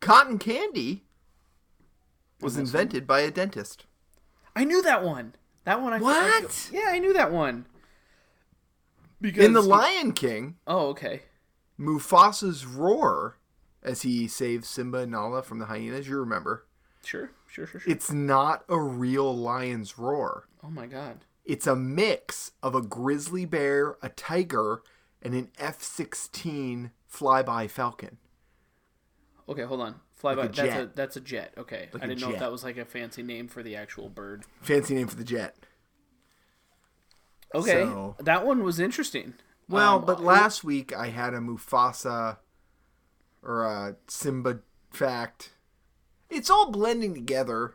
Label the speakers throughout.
Speaker 1: Cotton candy was invented by a dentist.
Speaker 2: I knew that one. That one I I-
Speaker 1: What?
Speaker 2: yeah, I knew that one. Because
Speaker 1: In The Lion King,
Speaker 2: Oh, okay.
Speaker 1: Mufasa's roar as he saves Simba and Nala from the hyenas, you remember,
Speaker 2: Sure, sure, sure, sure.
Speaker 1: it's not a real lion's roar.
Speaker 2: oh my god.
Speaker 1: It's a mix of a grizzly bear, a tiger, and an F 16 flyby falcon.
Speaker 2: Okay, hold on. Flyby.
Speaker 1: a
Speaker 2: that's a
Speaker 1: jet.
Speaker 2: that's a jet. Okay,
Speaker 1: Like
Speaker 2: I
Speaker 1: a
Speaker 2: didn't know if
Speaker 1: jet.
Speaker 2: that was like a fancy name for the actual bird.
Speaker 1: Fancy name for the jet.
Speaker 2: Okay,
Speaker 1: So-
Speaker 2: that one was interesting.
Speaker 1: Well,
Speaker 2: Um,
Speaker 1: but last week I had a Mufasa or a Simba fact. It's all blending together.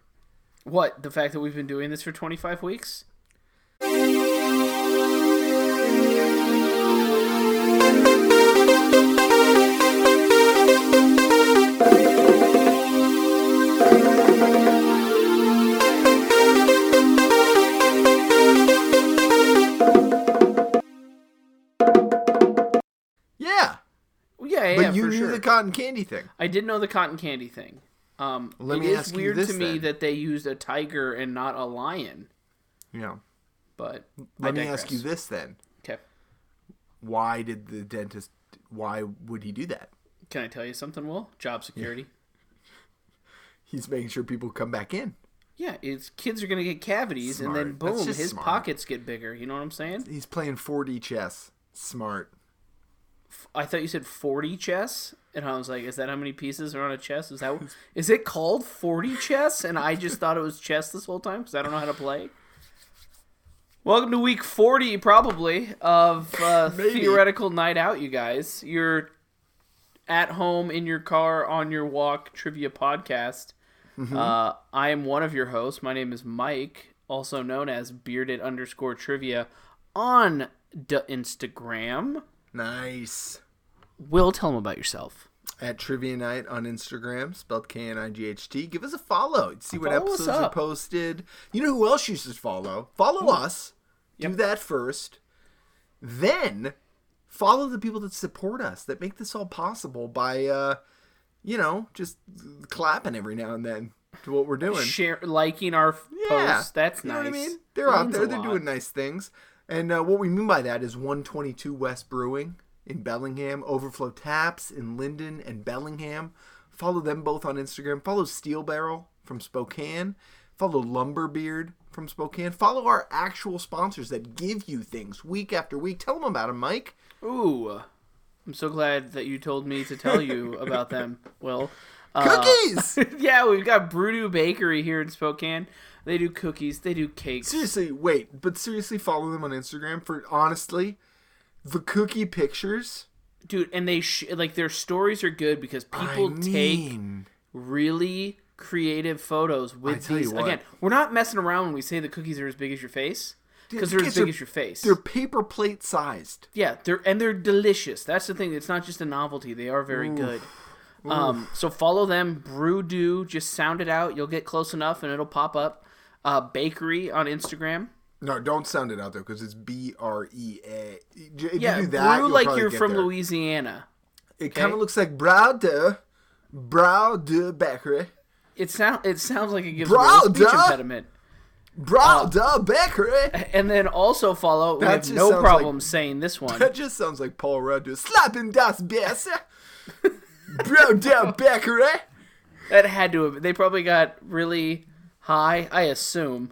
Speaker 2: what the fact that we've been doing this for 25 weeks?
Speaker 1: Yeah.
Speaker 2: Well, yeah, yeah,
Speaker 1: but you
Speaker 2: for
Speaker 1: knew
Speaker 2: sure.
Speaker 1: the cotton candy thing.
Speaker 2: I did know the cotton candy thing. Um,
Speaker 1: Let
Speaker 2: it
Speaker 1: me
Speaker 2: is
Speaker 1: ask you
Speaker 2: weird
Speaker 1: this
Speaker 2: to me
Speaker 1: then.
Speaker 2: that they used a tiger and not a lion,
Speaker 1: Yeah.
Speaker 2: but I
Speaker 1: Let me ask
Speaker 2: digress.
Speaker 1: you this then.
Speaker 2: Okay,
Speaker 1: Why did the dentist why would he do that?
Speaker 2: can I tell you something? Will job security?
Speaker 1: He's making sure people come back in.
Speaker 2: Yeah, it's kids are gonna get cavities, and then
Speaker 1: Smart. That's
Speaker 2: boom,
Speaker 1: just
Speaker 2: his
Speaker 1: smart.
Speaker 2: pockets get bigger. You know what I'm saying?
Speaker 1: He's playing 4D chess. Smart.
Speaker 2: I thought you said 40 chess, and I was like, is that how many pieces are on a chess? Is that is it called 40 chess? And I just thought it was chess this whole time because I don't know how to play. Welcome to week 40, probably of uh,
Speaker 1: Maybe.
Speaker 2: theoretical night out, you guys. You're at home in your car on your walk trivia podcast. Uh, I am one of your hosts. My name is Mike, also known as bearded underscore trivia on the Instagram.
Speaker 1: Nice.
Speaker 2: Will, tell them about yourself.
Speaker 1: At Trivia Night on Instagram, spelled K N I G H T. Give us a follow. See what
Speaker 2: Follow us
Speaker 1: episodes are
Speaker 2: up.
Speaker 1: posted. You know who else you should follow? Follow us. Do that first. Then follow the people that support us, that make this all possible by, uh, you know, just clapping every now and then to what we're doing.
Speaker 2: Share, liking our f-
Speaker 1: Yeah,
Speaker 2: posts. That's
Speaker 1: you
Speaker 2: nice.
Speaker 1: know what I mean? They're
Speaker 2: That
Speaker 1: out
Speaker 2: means
Speaker 1: there.
Speaker 2: a
Speaker 1: They're
Speaker 2: lot.
Speaker 1: doing nice things. And uh, what we mean by that is 122 West Brewing in Bellingham, Overflow Taps in Linden and Bellingham. Follow them both on Instagram. Follow Steel Barrel from Spokane. Follow Lumberbeard from Spokane. Follow our actual sponsors that give you things week after week. Tell them about them, Mike.
Speaker 2: Ooh, I'm so glad that you told me to tell you about them. Will. Uh,
Speaker 1: Cookies!
Speaker 2: yeah, we've got Brudu Bakery here in Spokane. They do cookies. They do cakes.
Speaker 1: seriously, wait. But seriously, follow them on Instagram for honestly, the cookie pictures.
Speaker 2: dude and they sh- like their stories are good because people
Speaker 1: I
Speaker 2: take
Speaker 1: mean-
Speaker 2: really creative photos with
Speaker 1: tell you
Speaker 2: these
Speaker 1: what.
Speaker 2: again we're not messing around when we say the cookies are as big as your face because
Speaker 1: Dude,
Speaker 2: they're as
Speaker 1: kids
Speaker 2: big
Speaker 1: are-
Speaker 2: as your face
Speaker 1: They're paper plate sized.
Speaker 2: yeah they're and they're delicious that's the thing it's not just a novelty they are very good um so follow them brew do just sound it out you'll get close enough and it'll pop up uh bakery on instagram
Speaker 1: No, don't sound it out though, because it's B R E A. If
Speaker 2: yeah
Speaker 1: you do that,
Speaker 2: brew
Speaker 1: you'll
Speaker 2: like
Speaker 1: probably
Speaker 2: you're
Speaker 1: get
Speaker 2: from
Speaker 1: there.
Speaker 2: louisiana
Speaker 1: It kind of looks like Browder, Browder Bakery,
Speaker 2: it sound it sounds like it gives
Speaker 1: Bro,
Speaker 2: me a speech
Speaker 1: duh.
Speaker 2: impediment Oh.
Speaker 1: Browder Bakery.
Speaker 2: And then also follow. We
Speaker 1: That
Speaker 2: have
Speaker 1: just
Speaker 2: no
Speaker 1: sounds
Speaker 2: problem
Speaker 1: like-
Speaker 2: saying this one.
Speaker 1: That just sounds like Paul Rudd doing slapping das Besser. Browder Bakery.
Speaker 2: That had to have. They probably got really high, I assume.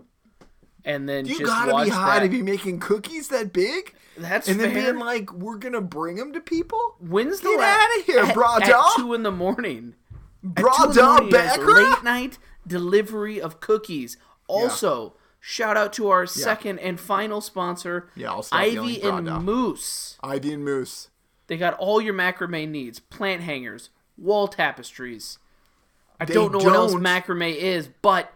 Speaker 2: And then
Speaker 1: You
Speaker 2: just
Speaker 1: gotta
Speaker 2: watch
Speaker 1: be high
Speaker 2: that.
Speaker 1: to be making cookies that big,
Speaker 2: That's
Speaker 1: and then
Speaker 2: fair.
Speaker 1: being like, "We're gonna bring them to people."
Speaker 2: When's the
Speaker 1: Get
Speaker 2: la-
Speaker 1: outta here,
Speaker 2: at,
Speaker 1: bro,
Speaker 2: At
Speaker 1: dog.
Speaker 2: two in the morning. At two in the
Speaker 1: Browder
Speaker 2: morning is
Speaker 1: Bakery.
Speaker 2: Late night delivery of cookies. Also, shout out to our second and final sponsor,
Speaker 1: Yeah, I'll stop
Speaker 2: Ivy
Speaker 1: yelling,
Speaker 2: and
Speaker 1: brah, dog.
Speaker 2: Moose.
Speaker 1: Ivy and Moose.
Speaker 2: They got all your macrame needs: plant hangers, wall tapestries. I
Speaker 1: They
Speaker 2: don't know what else
Speaker 1: don't-
Speaker 2: macrame is, but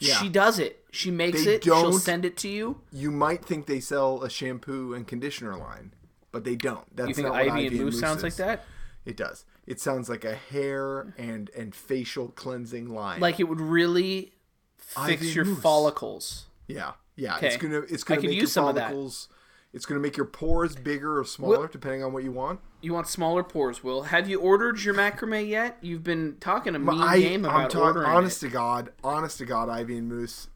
Speaker 1: Yeah.
Speaker 2: she does it. She makes
Speaker 1: They
Speaker 2: it. She'll
Speaker 1: don't-
Speaker 2: send it to you.
Speaker 1: you might think they sell a shampoo and conditioner line, but they don't. That's
Speaker 2: You think
Speaker 1: not
Speaker 2: Ivy,
Speaker 1: what Ivy
Speaker 2: and Moose, sounds like
Speaker 1: is.
Speaker 2: that?
Speaker 1: It does. It sounds like a hair and and facial cleansing line.
Speaker 2: Like it would really fix
Speaker 1: Ivy and
Speaker 2: your
Speaker 1: Moose.
Speaker 2: follicles.
Speaker 1: yeah, yeah.
Speaker 2: Okay.
Speaker 1: It's gonna it's
Speaker 2: I
Speaker 1: gonna
Speaker 2: could
Speaker 1: make
Speaker 2: use
Speaker 1: your
Speaker 2: some of that.
Speaker 1: follicles. It's going to make your pores bigger or smaller depending on what you want.
Speaker 2: You want smaller pores, Will. Have you ordered your macrame yet? You've been talking a mean
Speaker 1: I,
Speaker 2: game about
Speaker 1: I'm talking
Speaker 2: ordering
Speaker 1: honest
Speaker 2: it.
Speaker 1: to God, honest to God, Ivy and Moose.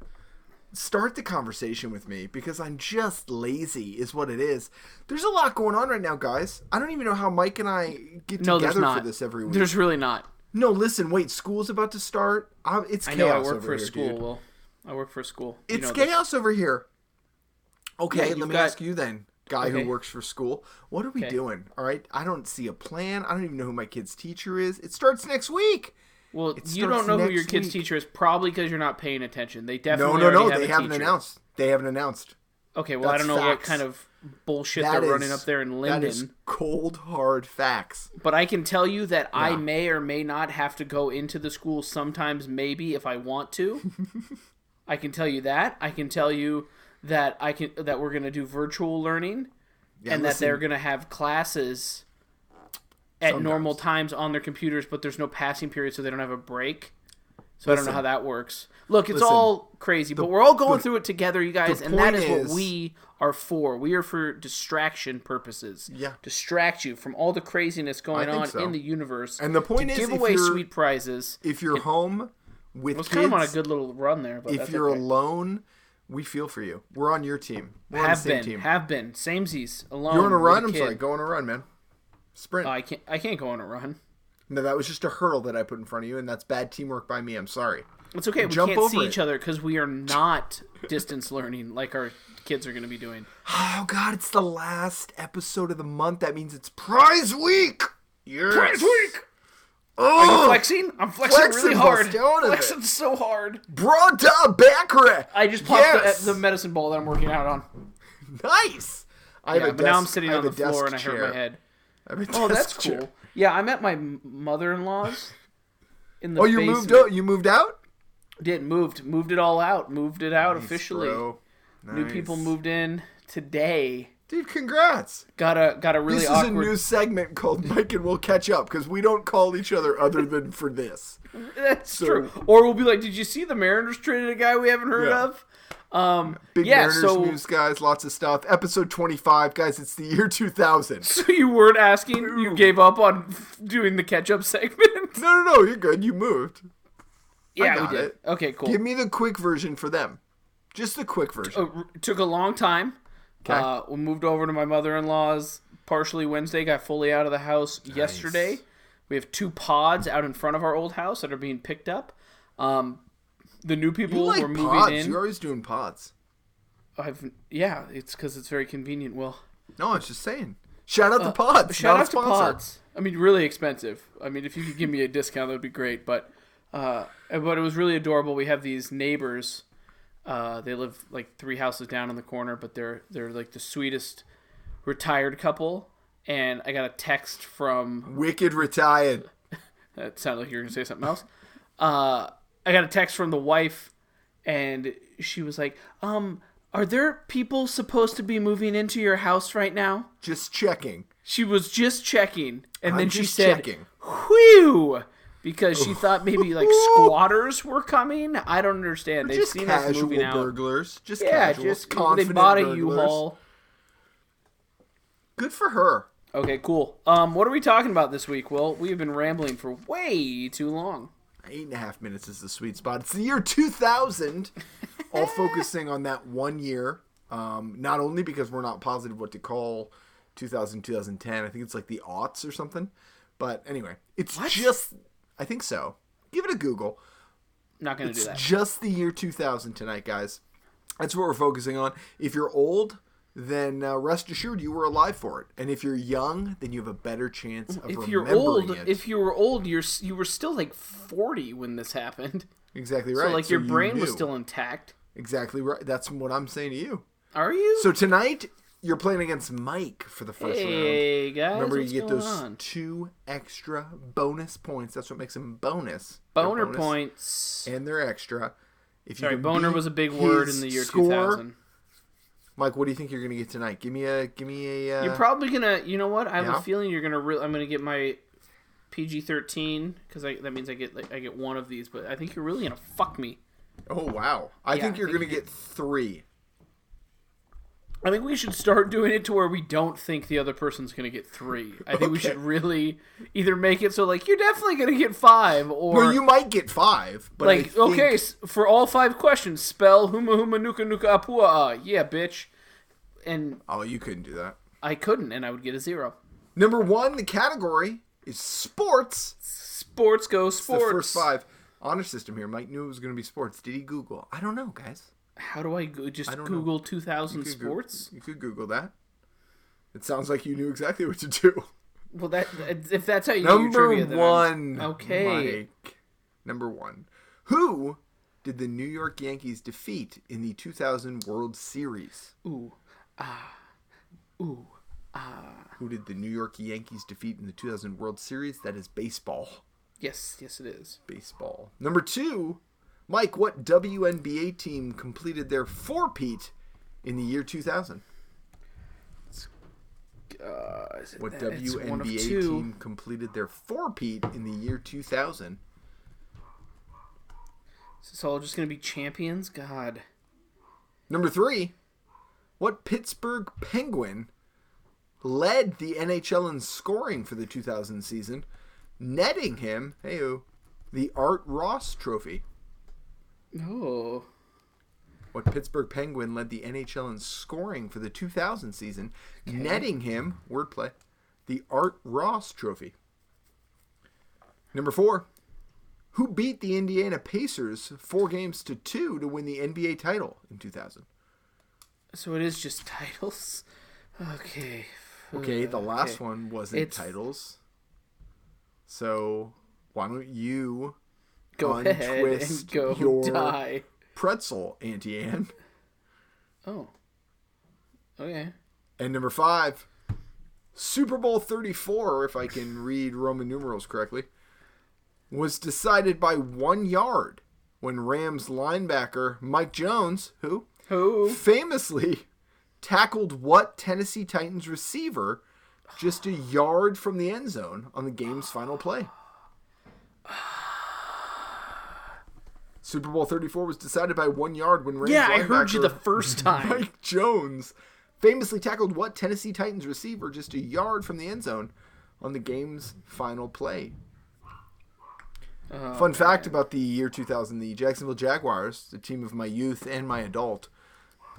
Speaker 1: Start the conversation with me because I'm just lazy, is what it is. There's a lot going on right now, guys. I don't even know how Mike and I get
Speaker 2: No, there's
Speaker 1: together
Speaker 2: not.
Speaker 1: for this every week.
Speaker 2: There's really not.
Speaker 1: No, listen, wait. School's about to start. i it's
Speaker 2: I
Speaker 1: chaos
Speaker 2: know I work
Speaker 1: over
Speaker 2: for a
Speaker 1: here,
Speaker 2: school,
Speaker 1: dude.
Speaker 2: Will. I work for a school. You
Speaker 1: It's
Speaker 2: know this.
Speaker 1: chaos over here.
Speaker 2: Yeah,
Speaker 1: Okay,
Speaker 2: you've
Speaker 1: let me
Speaker 2: got-
Speaker 1: ask you then, guy
Speaker 2: Okay.
Speaker 1: who works for school. What are we doing? All right, I don't see a plan. I don't even know who my kid's teacher is. It starts next week.
Speaker 2: Well, you
Speaker 1: starts
Speaker 2: don't know who your
Speaker 1: next
Speaker 2: kid's
Speaker 1: week.
Speaker 2: teacher is, probably because you're not paying attention. They
Speaker 1: No,
Speaker 2: definitely
Speaker 1: no, no.
Speaker 2: already have
Speaker 1: They
Speaker 2: a
Speaker 1: haven't
Speaker 2: teacher.
Speaker 1: announced. They haven't announced.
Speaker 2: Okay, well, I
Speaker 1: That's
Speaker 2: don't know what
Speaker 1: facts.
Speaker 2: kind of bullshit
Speaker 1: That
Speaker 2: they're running
Speaker 1: is-
Speaker 2: up there in
Speaker 1: That is
Speaker 2: Linden,
Speaker 1: cold hard facts.
Speaker 2: but I can tell you that I may or may not have to go into the school sometimes, maybe if I want to. I can tell you that. I can tell you that I can that we're going to do virtual learning
Speaker 1: Yeah,
Speaker 2: and that
Speaker 1: listen,
Speaker 2: they're going to have classes at normal times on their computers, but there's no passing period, so they don't have a break. So I don't know
Speaker 1: Listen.
Speaker 2: how that works. Look, it's
Speaker 1: Listen.
Speaker 2: all crazy, but we're all going through it together, you guys,
Speaker 1: the
Speaker 2: and that
Speaker 1: point
Speaker 2: is,
Speaker 1: is-
Speaker 2: what we are for. We are for distraction purposes.
Speaker 1: Yeah.
Speaker 2: distract you from all the craziness going
Speaker 1: think
Speaker 2: on
Speaker 1: so.
Speaker 2: in the universe.
Speaker 1: And the point
Speaker 2: to
Speaker 1: is,
Speaker 2: give
Speaker 1: if
Speaker 2: away
Speaker 1: you're-
Speaker 2: sweet prizes.
Speaker 1: if you're home with
Speaker 2: It's
Speaker 1: kids,
Speaker 2: kind of on a good little run there, but
Speaker 1: if
Speaker 2: that's
Speaker 1: you're
Speaker 2: okay.
Speaker 1: alone, we feel for you. We're on your team. We're on the
Speaker 2: have
Speaker 1: same
Speaker 2: been,
Speaker 1: team.
Speaker 2: have been, samesies alone.
Speaker 1: You're on a
Speaker 2: with
Speaker 1: run. I'm
Speaker 2: kid.
Speaker 1: sorry. Go on a run, man. Sprint.
Speaker 2: I can't. I can't go on a run.
Speaker 1: No, that was just a hurdle that I put in front of you, and that's bad teamwork by me. I'm sorry.
Speaker 2: It's okay. We
Speaker 1: Jump
Speaker 2: can't see
Speaker 1: over it.
Speaker 2: each other because we are not distance learning like our kids are going to be doing.
Speaker 1: Oh God, it's the last episode of the month. That means it's prize week. Yes. Prize week. Oh,
Speaker 2: Flexing? I'm flexing,
Speaker 1: Flexing,
Speaker 2: really hard.
Speaker 1: Buster, out of it.
Speaker 2: Flexing so hard.
Speaker 1: Brada Bakery.
Speaker 2: I just popped
Speaker 1: Yes.
Speaker 2: the, the medicine ball that I'm working out on.
Speaker 1: nice. I have
Speaker 2: Yeah,
Speaker 1: a
Speaker 2: but
Speaker 1: desk-
Speaker 2: now I'm sitting
Speaker 1: I have
Speaker 2: on
Speaker 1: a
Speaker 2: the floor
Speaker 1: desk
Speaker 2: and I hurt
Speaker 1: chair.
Speaker 2: my head.
Speaker 1: I have a
Speaker 2: Oh,
Speaker 1: desk
Speaker 2: that's
Speaker 1: chair.
Speaker 2: cool. Yeah, I'm at my m- mother-in-law's. In the
Speaker 1: Oh, you
Speaker 2: basement.
Speaker 1: moved out. You moved out.
Speaker 2: Did moved moved it all out. Moved it out officially.
Speaker 1: Bro.
Speaker 2: New people
Speaker 1: Nice.
Speaker 2: moved in today.
Speaker 1: Dude, congrats.
Speaker 2: Got a got a really
Speaker 1: This is a
Speaker 2: awkward.
Speaker 1: new segment called Mike and We'll Catch Up because we don't call each other other than for this.
Speaker 2: That's
Speaker 1: So-
Speaker 2: true. Or we'll be like, did you see the Mariners traded a guy we haven't heard
Speaker 1: Yeah.
Speaker 2: of? Um,
Speaker 1: Big
Speaker 2: yeah,
Speaker 1: Mariners
Speaker 2: so
Speaker 1: news, guys. Lots of stuff. Episode 25, guys. It's the year 2000.
Speaker 2: so you weren't asking. You gave up on doing the catch up segment.
Speaker 1: No, no, no. You're good. You moved.
Speaker 2: yeah,
Speaker 1: got
Speaker 2: we did.
Speaker 1: it.
Speaker 2: Okay, cool.
Speaker 1: Give me the quick version for them. Just the quick version.
Speaker 2: Uh, r- took a long time. Uh, we moved over to my mother in law's partially Wednesday. Got fully out of the house yesterday. We have two pods out in front of our old house that are being picked up. Um, the new people
Speaker 1: You
Speaker 2: were
Speaker 1: like
Speaker 2: moving
Speaker 1: pods.
Speaker 2: in.
Speaker 1: You're always doing pods.
Speaker 2: I've yeah, it's because it's very convenient. Will.
Speaker 1: No, I was just saying. Shout out to pods.
Speaker 2: Uh,
Speaker 1: not
Speaker 2: Shout
Speaker 1: a
Speaker 2: out to
Speaker 1: sponsor.
Speaker 2: Pods. I mean, really expensive. I mean, if you could give me a discount, that would be great. But uh, but it was really adorable. We have these neighbors. Uh, they live like three houses down in the corner, but they're they're like the sweetest retired couple. And I got a text from.
Speaker 1: Wicked retired.
Speaker 2: That sounded like you were gonna say something else. Uh, I got a text from the wife, and she was like, "Um, are there people supposed to be moving into your house right now?"
Speaker 1: Just checking.
Speaker 2: She was just checking, and
Speaker 1: I'm
Speaker 2: then she
Speaker 1: just
Speaker 2: said,
Speaker 1: checking.
Speaker 2: "Whew," because she thought maybe like squatters were coming. I don't understand. They've
Speaker 1: Just
Speaker 2: seen us
Speaker 1: casual
Speaker 2: moving out.
Speaker 1: burglars. Just
Speaker 2: yeah,
Speaker 1: casual.
Speaker 2: just they
Speaker 1: confident
Speaker 2: bought a
Speaker 1: burglars.
Speaker 2: U-Haul.
Speaker 1: Good for her.
Speaker 2: Okay, cool. Um, what are we talking about this week? Well, we've been rambling for way too long.
Speaker 1: Eight and a half minutes is the sweet spot. It's the year 2000. all focusing on that one year. Um, not only because we're not positive what to call 2000, 2010. I think it's like the aughts or something. But anyway, it's just. I think so. Give it a Google.
Speaker 2: Not gonna do that.
Speaker 1: It's just the year 2000 tonight, guys. That's what we're focusing on. If you're old, then uh, rest assured you were alive for it. And if you're young, then you have a better chance of
Speaker 2: Mm, if
Speaker 1: remembering
Speaker 2: you're old,
Speaker 1: it.
Speaker 2: if you were old, you're s- you were still like forty when this happened.
Speaker 1: exactly right.
Speaker 2: So like your
Speaker 1: you
Speaker 2: brain was
Speaker 1: knew.
Speaker 2: still intact.
Speaker 1: exactly right. That's what I'm saying to you.
Speaker 2: Are you?
Speaker 1: So tonight you're playing against Mike for the first round.
Speaker 2: hey guys,
Speaker 1: Remember,
Speaker 2: what's
Speaker 1: you get
Speaker 2: going
Speaker 1: those
Speaker 2: on?
Speaker 1: two extra bonus points. That's what makes them bonus. They're
Speaker 2: boner
Speaker 1: bonus
Speaker 2: points.
Speaker 1: and they're extra. If you
Speaker 2: Sorry,
Speaker 1: can
Speaker 2: boner
Speaker 1: beat
Speaker 2: was a big word
Speaker 1: his
Speaker 2: in the year
Speaker 1: score-
Speaker 2: 2000.
Speaker 1: Mike, what do you think you're gonna get tonight? Give me a, give me a. Uh,
Speaker 2: You're probably gonna, you know what? I have
Speaker 1: Yeah.
Speaker 2: a feeling you're gonna. Re- I'm gonna get my PG-13 because that means I get like, I get one of these. But I think you're really gonna fuck me.
Speaker 1: oh wow! I think
Speaker 2: I
Speaker 1: you're
Speaker 2: think
Speaker 1: gonna get three.
Speaker 2: I think we should start doing it to where we don't think the other person's going to get three. I think we
Speaker 1: Okay.
Speaker 2: should really either make it so like you're definitely going to get five, or
Speaker 1: Well, you might get five, but I
Speaker 2: like
Speaker 1: think-
Speaker 2: okay s for all five questions, spell huma huma nuka nuka apua. Uh, yeah, bitch. And
Speaker 1: Oh, you couldn't do that.
Speaker 2: I couldn't, and I would get a zero.
Speaker 1: Number one, the category is sports.
Speaker 2: Sports go sports.
Speaker 1: The first five honor system here. Mike knew it was going to be sports. Did he Google? I don't know, guys.
Speaker 2: How do I go- just
Speaker 1: don't know.
Speaker 2: Google 2000
Speaker 1: You could Goo-
Speaker 2: sports?
Speaker 1: You could Google that. It sounds like you knew exactly what to do.
Speaker 2: Well, that that- if that's how you do your
Speaker 1: Number
Speaker 2: trivia, then I'm-
Speaker 1: one.
Speaker 2: Okay.
Speaker 1: Mike. Number one. Who did the New York Yankees defeat in the 2000 World Series?
Speaker 2: Ooh, ah, ooh.
Speaker 1: Who did the New York Yankees defeat in the 2000 World Series? That is baseball.
Speaker 2: Yes, yes, it is.
Speaker 1: Baseball. Number two. Mike, what WNBA team completed their four-peat in the year 2000?
Speaker 2: Uh, is it
Speaker 1: What
Speaker 2: that- it's one of
Speaker 1: WNBA
Speaker 2: two.
Speaker 1: team completed their four-peat in the year 2000?
Speaker 2: Is this all just gonna be champions? God.
Speaker 1: Number three, what Pittsburgh Penguin led the NHL in scoring for the 2000 season, netting him, hey, the Art Ross Trophy?
Speaker 2: No.
Speaker 1: What Pittsburgh Penguin led the NHL in scoring for the 2000 season, netting him, wordplay, the Art Ross Trophy? Number four, who beat the Indiana Pacers four games to two to win the NBA title in 2000?
Speaker 2: So it is just titles. Okay.
Speaker 1: Okay, the last
Speaker 2: Hmm, okay.
Speaker 1: one wasn't
Speaker 2: It's-
Speaker 1: titles. So why don't you
Speaker 2: Go ahead and
Speaker 1: Untwist
Speaker 2: go
Speaker 1: your-
Speaker 2: die.
Speaker 1: pretzel, Auntie Anne?
Speaker 2: Oh. Okay.
Speaker 1: And number five, Super Bowl 34, if I can read Roman numerals correctly, was decided by one yard when Rams linebacker Mike Jones, who
Speaker 2: Who?
Speaker 1: famously tackled what Tennessee Titans receiver just a yard from the end zone on the game's final play. Super Bowl 34 was decided by one yard when Rams
Speaker 2: Yeah, I heard you the
Speaker 1: linebacker
Speaker 2: first time.
Speaker 1: Mike Jones famously tackled what Tennessee Titans receiver just a yard from the end zone on the game's final play.
Speaker 2: Oh,
Speaker 1: Fun fact about the year 2000, the Jacksonville Jaguars, the team of my youth and my adult,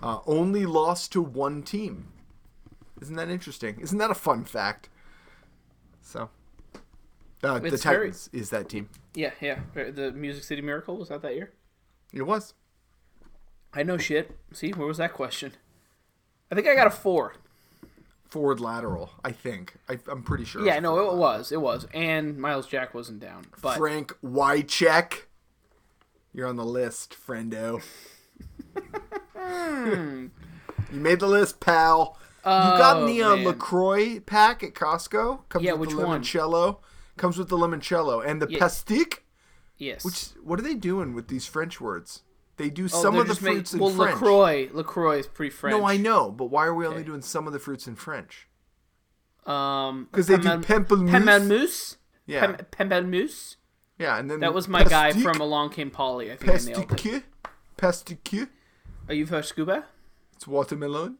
Speaker 1: uh, only lost to one team. Isn't that interesting? Isn't that a fun fact? So, uh, the
Speaker 2: It's very-
Speaker 1: Titans is that team.
Speaker 2: yeah, yeah. The Music City Miracle was that that year.
Speaker 1: It was.
Speaker 2: I know shit. See, where was that question? I think I got a four.
Speaker 1: Forward lateral, I think. I, I'm pretty sure.
Speaker 2: Yeah, no, it was, it was, and Miles Jack wasn't down, but
Speaker 1: Frank Wycheck. You're on the list, friendo. you made the list, pal. you got
Speaker 2: Hmm. Oh,
Speaker 1: the uh,
Speaker 2: man.
Speaker 1: LaCroix pack at Costco. Comes
Speaker 2: Yeah,
Speaker 1: with
Speaker 2: which
Speaker 1: the
Speaker 2: one?
Speaker 1: limoncello. Comes with the limoncello and the pastique.
Speaker 2: yes,
Speaker 1: What are they doing with these French words? They do
Speaker 2: Oh,
Speaker 1: some
Speaker 2: they're
Speaker 1: of the
Speaker 2: just make-
Speaker 1: fruits in
Speaker 2: well,
Speaker 1: French.
Speaker 2: Lacroix, Lacroix is pretty French.
Speaker 1: No, I know, but why are we only
Speaker 2: Okay.
Speaker 1: doing some of the fruits in French?
Speaker 2: Um,
Speaker 1: 'Cause they do
Speaker 2: Pemel-
Speaker 1: pamplemousse.
Speaker 2: Pemmelmousse.
Speaker 1: Yeah.
Speaker 2: Pem- Pemmelmousse.
Speaker 1: Yeah, and then
Speaker 2: That was my guy from Along Came Polly. I think I nailed it.
Speaker 1: pastique. Pastique.
Speaker 2: Are you for scuba?
Speaker 1: It's watermelon.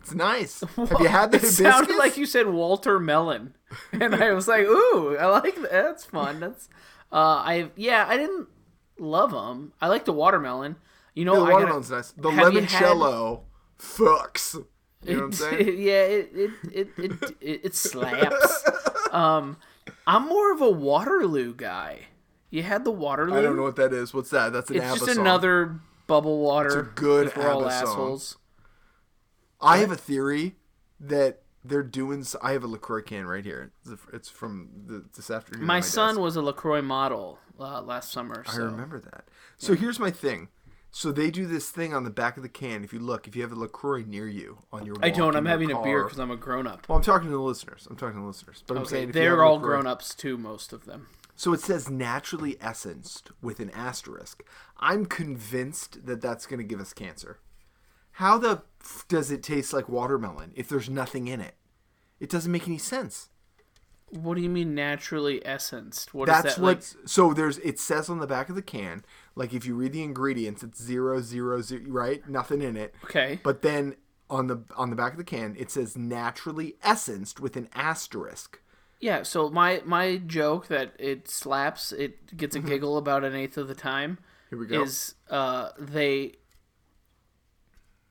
Speaker 1: It's nice. Have you had the
Speaker 2: it sounded
Speaker 1: hibiscus?
Speaker 2: like you said Walter Mellon, and I was like, "Ooh, I like that. That's fun. That's." Uh, I yeah, I didn't love them. I like the watermelon. You know,
Speaker 1: the
Speaker 2: I gotta,
Speaker 1: watermelon's nice. The
Speaker 2: Have you
Speaker 1: limoncello fucks. You know what I'm saying?
Speaker 2: yeah, it it it it, it, it slaps. um, I'm more of a Waterloo guy. You had the Waterloo.
Speaker 1: I don't know what that is. What's that? That's an
Speaker 2: It's
Speaker 1: ABBA
Speaker 2: just
Speaker 1: song.
Speaker 2: another bubble water.
Speaker 1: a good
Speaker 2: 'cause we're all
Speaker 1: ABBA song. Oh
Speaker 2: assholes.
Speaker 1: I have a theory that they're doing. s- I have a Lacroix can right here. It's a- It's from the, this afternoon. on
Speaker 2: My,
Speaker 1: desk.
Speaker 2: son was a Lacroix model uh, last summer. So.
Speaker 1: I remember that. So here's my thing. So they do this thing on the back of the can. If you look, if you have a Lacroix near you on your,
Speaker 2: I don't.
Speaker 1: walk in
Speaker 2: I'm
Speaker 1: your
Speaker 2: having a beer
Speaker 1: car-
Speaker 2: because I'm a grown up.
Speaker 1: Well, I'm talking to the listeners. I'm talking to the listeners. But I'm saying if you have
Speaker 2: They're
Speaker 1: a
Speaker 2: all
Speaker 1: LaCroix-
Speaker 2: grown ups too, most of them.
Speaker 1: So it says naturally essenced with an asterisk. I'm convinced that that's going to give us cancer. How the f- does it taste like watermelon if there's nothing in it? It doesn't make any sense.
Speaker 2: What do you mean naturally essenced? What is
Speaker 1: That's
Speaker 2: that
Speaker 1: what.
Speaker 2: like?
Speaker 1: So there's. It says on the back of the can, like if you read the ingredients, it's zero zero zero, right? Nothing in it.
Speaker 2: Okay.
Speaker 1: But then on the on the back of the can it says naturally essenced with an asterisk.
Speaker 2: Yeah, so my my joke that it slaps, it gets a giggle about an eighth of the time.
Speaker 1: Mm-hmm. Here we go.
Speaker 2: Is uh they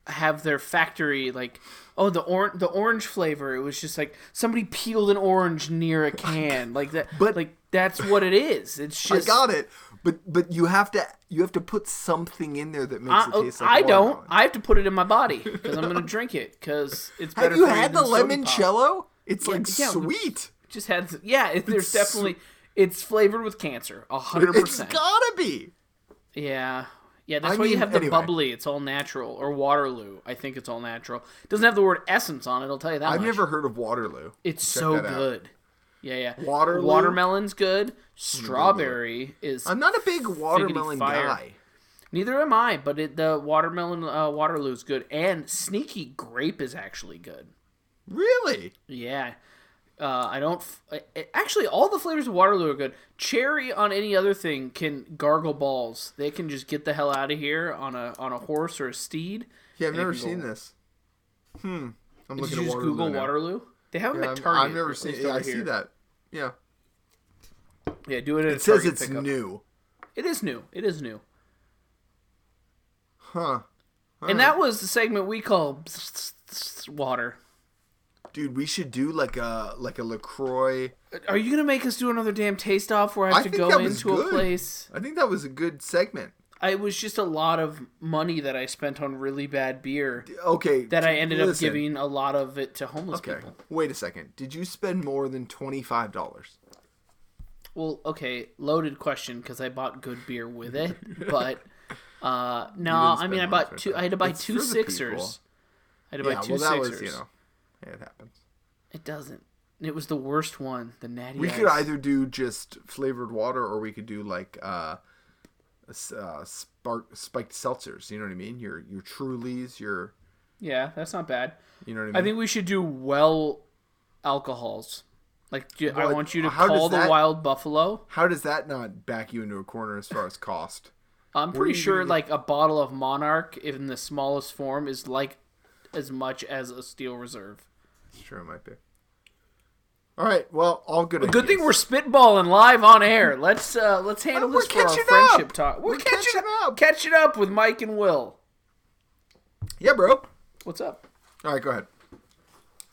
Speaker 2: have their factory like oh the or- the orange flavor it was just like somebody peeled an orange near a can like that
Speaker 1: But-
Speaker 2: but like that's what it is it's
Speaker 1: I
Speaker 2: just
Speaker 1: got it. But but you have to you have to put something in there that makes
Speaker 2: I,
Speaker 1: it taste like
Speaker 2: Uh, oh, I don't
Speaker 1: watermelon.
Speaker 2: I have to put it in my body because I'm gonna drink it because it's better
Speaker 1: Have you
Speaker 2: for
Speaker 1: had the
Speaker 2: than soda pop.
Speaker 1: limoncello? It's like
Speaker 2: yeah, we-
Speaker 1: sweet.
Speaker 2: just had yeah it, there's definitely it's flavored with cancer a hundred
Speaker 1: It's
Speaker 2: percent
Speaker 1: gotta be.
Speaker 2: yeah yeah that's
Speaker 1: I
Speaker 2: why you
Speaker 1: mean,
Speaker 2: have the
Speaker 1: anyway.
Speaker 2: bubbly it's all natural or Waterloo I think it's all natural doesn't have the word essence on it I'll tell you that
Speaker 1: I've
Speaker 2: much.
Speaker 1: never heard of Waterloo.
Speaker 2: It's so
Speaker 1: that out.
Speaker 2: good. Yeah, yeah.
Speaker 1: Waterloo?
Speaker 2: Watermelon's good. Strawberry is.
Speaker 1: I'm not a big watermelon
Speaker 2: fire.
Speaker 1: guy.
Speaker 2: Neither am I, but it, the watermelon uh, Waterloo is good, and sneaky grape is actually good.
Speaker 1: Really?
Speaker 2: Yeah. Uh, I don't. F- I- I- actually, all the flavors of Waterloo are good. Cherry on any other thing can gargle balls. They can just get the hell out of here on a on a horse or a steed.
Speaker 1: Yeah, I've
Speaker 2: it
Speaker 1: never
Speaker 2: can
Speaker 1: seen
Speaker 2: go-
Speaker 1: this. Hmm. I'm
Speaker 2: Did
Speaker 1: looking
Speaker 2: you
Speaker 1: at
Speaker 2: just
Speaker 1: Waterloo.
Speaker 2: Google
Speaker 1: now.
Speaker 2: Waterloo? They have them
Speaker 1: Yeah,
Speaker 2: at
Speaker 1: I'm-
Speaker 2: Target.
Speaker 1: I've never
Speaker 2: at
Speaker 1: seen.
Speaker 2: least
Speaker 1: Yeah,
Speaker 2: over
Speaker 1: I see
Speaker 2: here.
Speaker 1: that. Yeah.
Speaker 2: Yeah, do it at
Speaker 1: It
Speaker 2: a
Speaker 1: says
Speaker 2: Target
Speaker 1: it's
Speaker 2: pickup.
Speaker 1: new.
Speaker 2: It is new. It is new.
Speaker 1: Huh.
Speaker 2: and that was the segment we call water.
Speaker 1: Dude, we should do like a like a LaCroix.
Speaker 2: Are you gonna make us do another damn taste off where I have
Speaker 1: I
Speaker 2: to
Speaker 1: think
Speaker 2: go
Speaker 1: that was
Speaker 2: into
Speaker 1: good.
Speaker 2: a place?
Speaker 1: I think that was a good segment.
Speaker 2: I it was just a lot of money that I spent on really bad beer
Speaker 1: Okay.
Speaker 2: that I ended up
Speaker 1: listen.
Speaker 2: giving a lot of it to homeless
Speaker 1: Okay.
Speaker 2: people.
Speaker 1: Wait a second. Did you spend more than twenty five dollars?
Speaker 2: Well, okay, loaded question because I bought good beer with it, but uh, no, I
Speaker 1: spend
Speaker 2: mean I
Speaker 1: much
Speaker 2: bought
Speaker 1: with
Speaker 2: two.
Speaker 1: it.
Speaker 2: I had to buy
Speaker 1: It's
Speaker 2: two
Speaker 1: for the people.
Speaker 2: sixers. I had to
Speaker 1: Yeah.
Speaker 2: buy two
Speaker 1: well, that
Speaker 2: sixers.
Speaker 1: was you know, yeah, it happens.
Speaker 2: It doesn't. It was the worst one. The natty.
Speaker 1: We
Speaker 2: Ice.
Speaker 1: could either do just flavored water, or we could do like uh, s- uh spark spiked seltzers. You know what I mean? Your your Trulies, your
Speaker 2: Yeah, that's not bad.
Speaker 1: you know what I mean?
Speaker 2: I think we should do well alcohols. Like do, I
Speaker 1: Well,
Speaker 2: want you to
Speaker 1: how does
Speaker 2: call the
Speaker 1: that-
Speaker 2: wild buffalo.
Speaker 1: How does that not back you into a corner as far as cost?
Speaker 2: I'm
Speaker 1: are you
Speaker 2: pretty sure
Speaker 1: gonna-
Speaker 2: like a bottle of monarch in the smallest form is like as much as a steel reserve.
Speaker 1: Sure, it might be. All right. Well, all good.
Speaker 2: Good
Speaker 1: ideas.
Speaker 2: thing we're spitballing live on air. Let's uh let's handle
Speaker 1: we're
Speaker 2: this for our
Speaker 1: catching
Speaker 2: friendship
Speaker 1: up.
Speaker 2: talk. We're,
Speaker 1: We're
Speaker 2: catching,
Speaker 1: catching up.
Speaker 2: up. Catching up with Mike and Will.
Speaker 1: yeah, bro.
Speaker 2: What's up?
Speaker 1: All right, go ahead.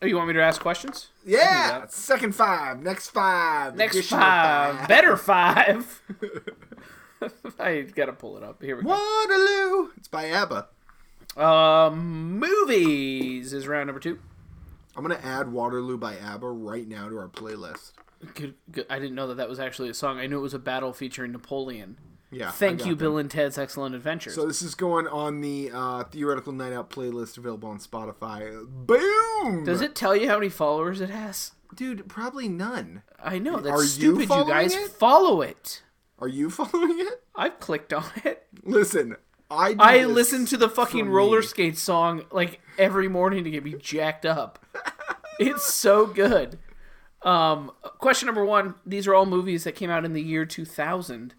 Speaker 2: Oh, you want me to ask questions?
Speaker 1: Yeah, second five, next five,
Speaker 2: Next
Speaker 1: additional
Speaker 2: five, better five. I gotta pull it up. Here we go.
Speaker 1: Waterloo. It's by ABBA.
Speaker 2: Um, movies is round number two.
Speaker 1: I'm gonna add Waterloo by ABBA right now to our playlist.
Speaker 2: Good, good. I didn't know that that was actually a song. I knew it was a battle featuring Napoleon.
Speaker 1: Yeah. I
Speaker 2: Thank
Speaker 1: got
Speaker 2: you,
Speaker 1: that.
Speaker 2: Bill and Ted's Excellent Adventures.
Speaker 1: So this is going on the uh, theoretical night out playlist available on Spotify. Boom.
Speaker 2: Does it tell you how many followers it has?
Speaker 1: dude? Probably none.
Speaker 2: I know that's
Speaker 1: Are you
Speaker 2: stupid. You,
Speaker 1: following
Speaker 2: guys
Speaker 1: it?
Speaker 2: follow it.
Speaker 1: Are you following it?
Speaker 2: I've clicked on it.
Speaker 1: Listen, I do
Speaker 2: I
Speaker 1: this
Speaker 2: listen to the fucking
Speaker 1: me.
Speaker 2: roller skate song like every morning to get me jacked up. It's so good. Um, question number one: These are all movies that came out in the year 2000.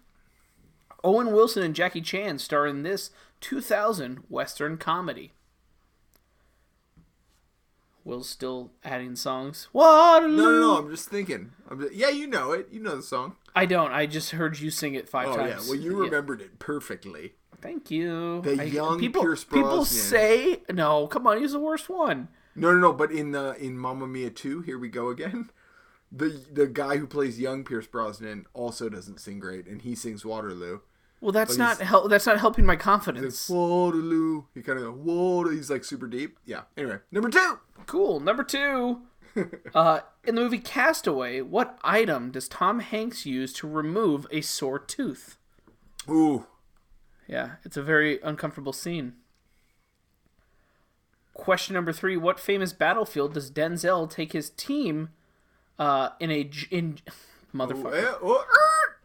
Speaker 2: Owen Wilson and Jackie Chan star in this 2000 Western comedy. Will's still adding songs. Waterloo.
Speaker 1: No, no, no. I'm just thinking. I'm just, yeah, you know it. You know the song.
Speaker 2: I don't. I just heard you sing it five
Speaker 1: Oh
Speaker 2: times.
Speaker 1: yeah. Well, you remembered it perfectly.
Speaker 2: Thank you.
Speaker 1: The young
Speaker 2: people,
Speaker 1: Pierce
Speaker 2: People
Speaker 1: Brosnan.
Speaker 2: say no. Come on, he's the worst one.
Speaker 1: No, no, no. But in the in Mamma Mia 2, here we go again. The the guy who plays young Pierce Brosnan also doesn't sing great, and he sings Waterloo.
Speaker 2: Well, that's not hel- that's not helping my confidence.
Speaker 1: Waterloo. He kind of go Water. He's like super deep. Yeah. Anyway, number two.
Speaker 2: Cool. Number two. uh, in the movie Castaway, what item does Tom Hanks use to remove a sore tooth?
Speaker 1: Ooh.
Speaker 2: Yeah, it's a very uncomfortable scene. Question number three: What famous battlefield does Denzel take his team uh, in a j- in motherfucker?
Speaker 1: Eh, oh, er.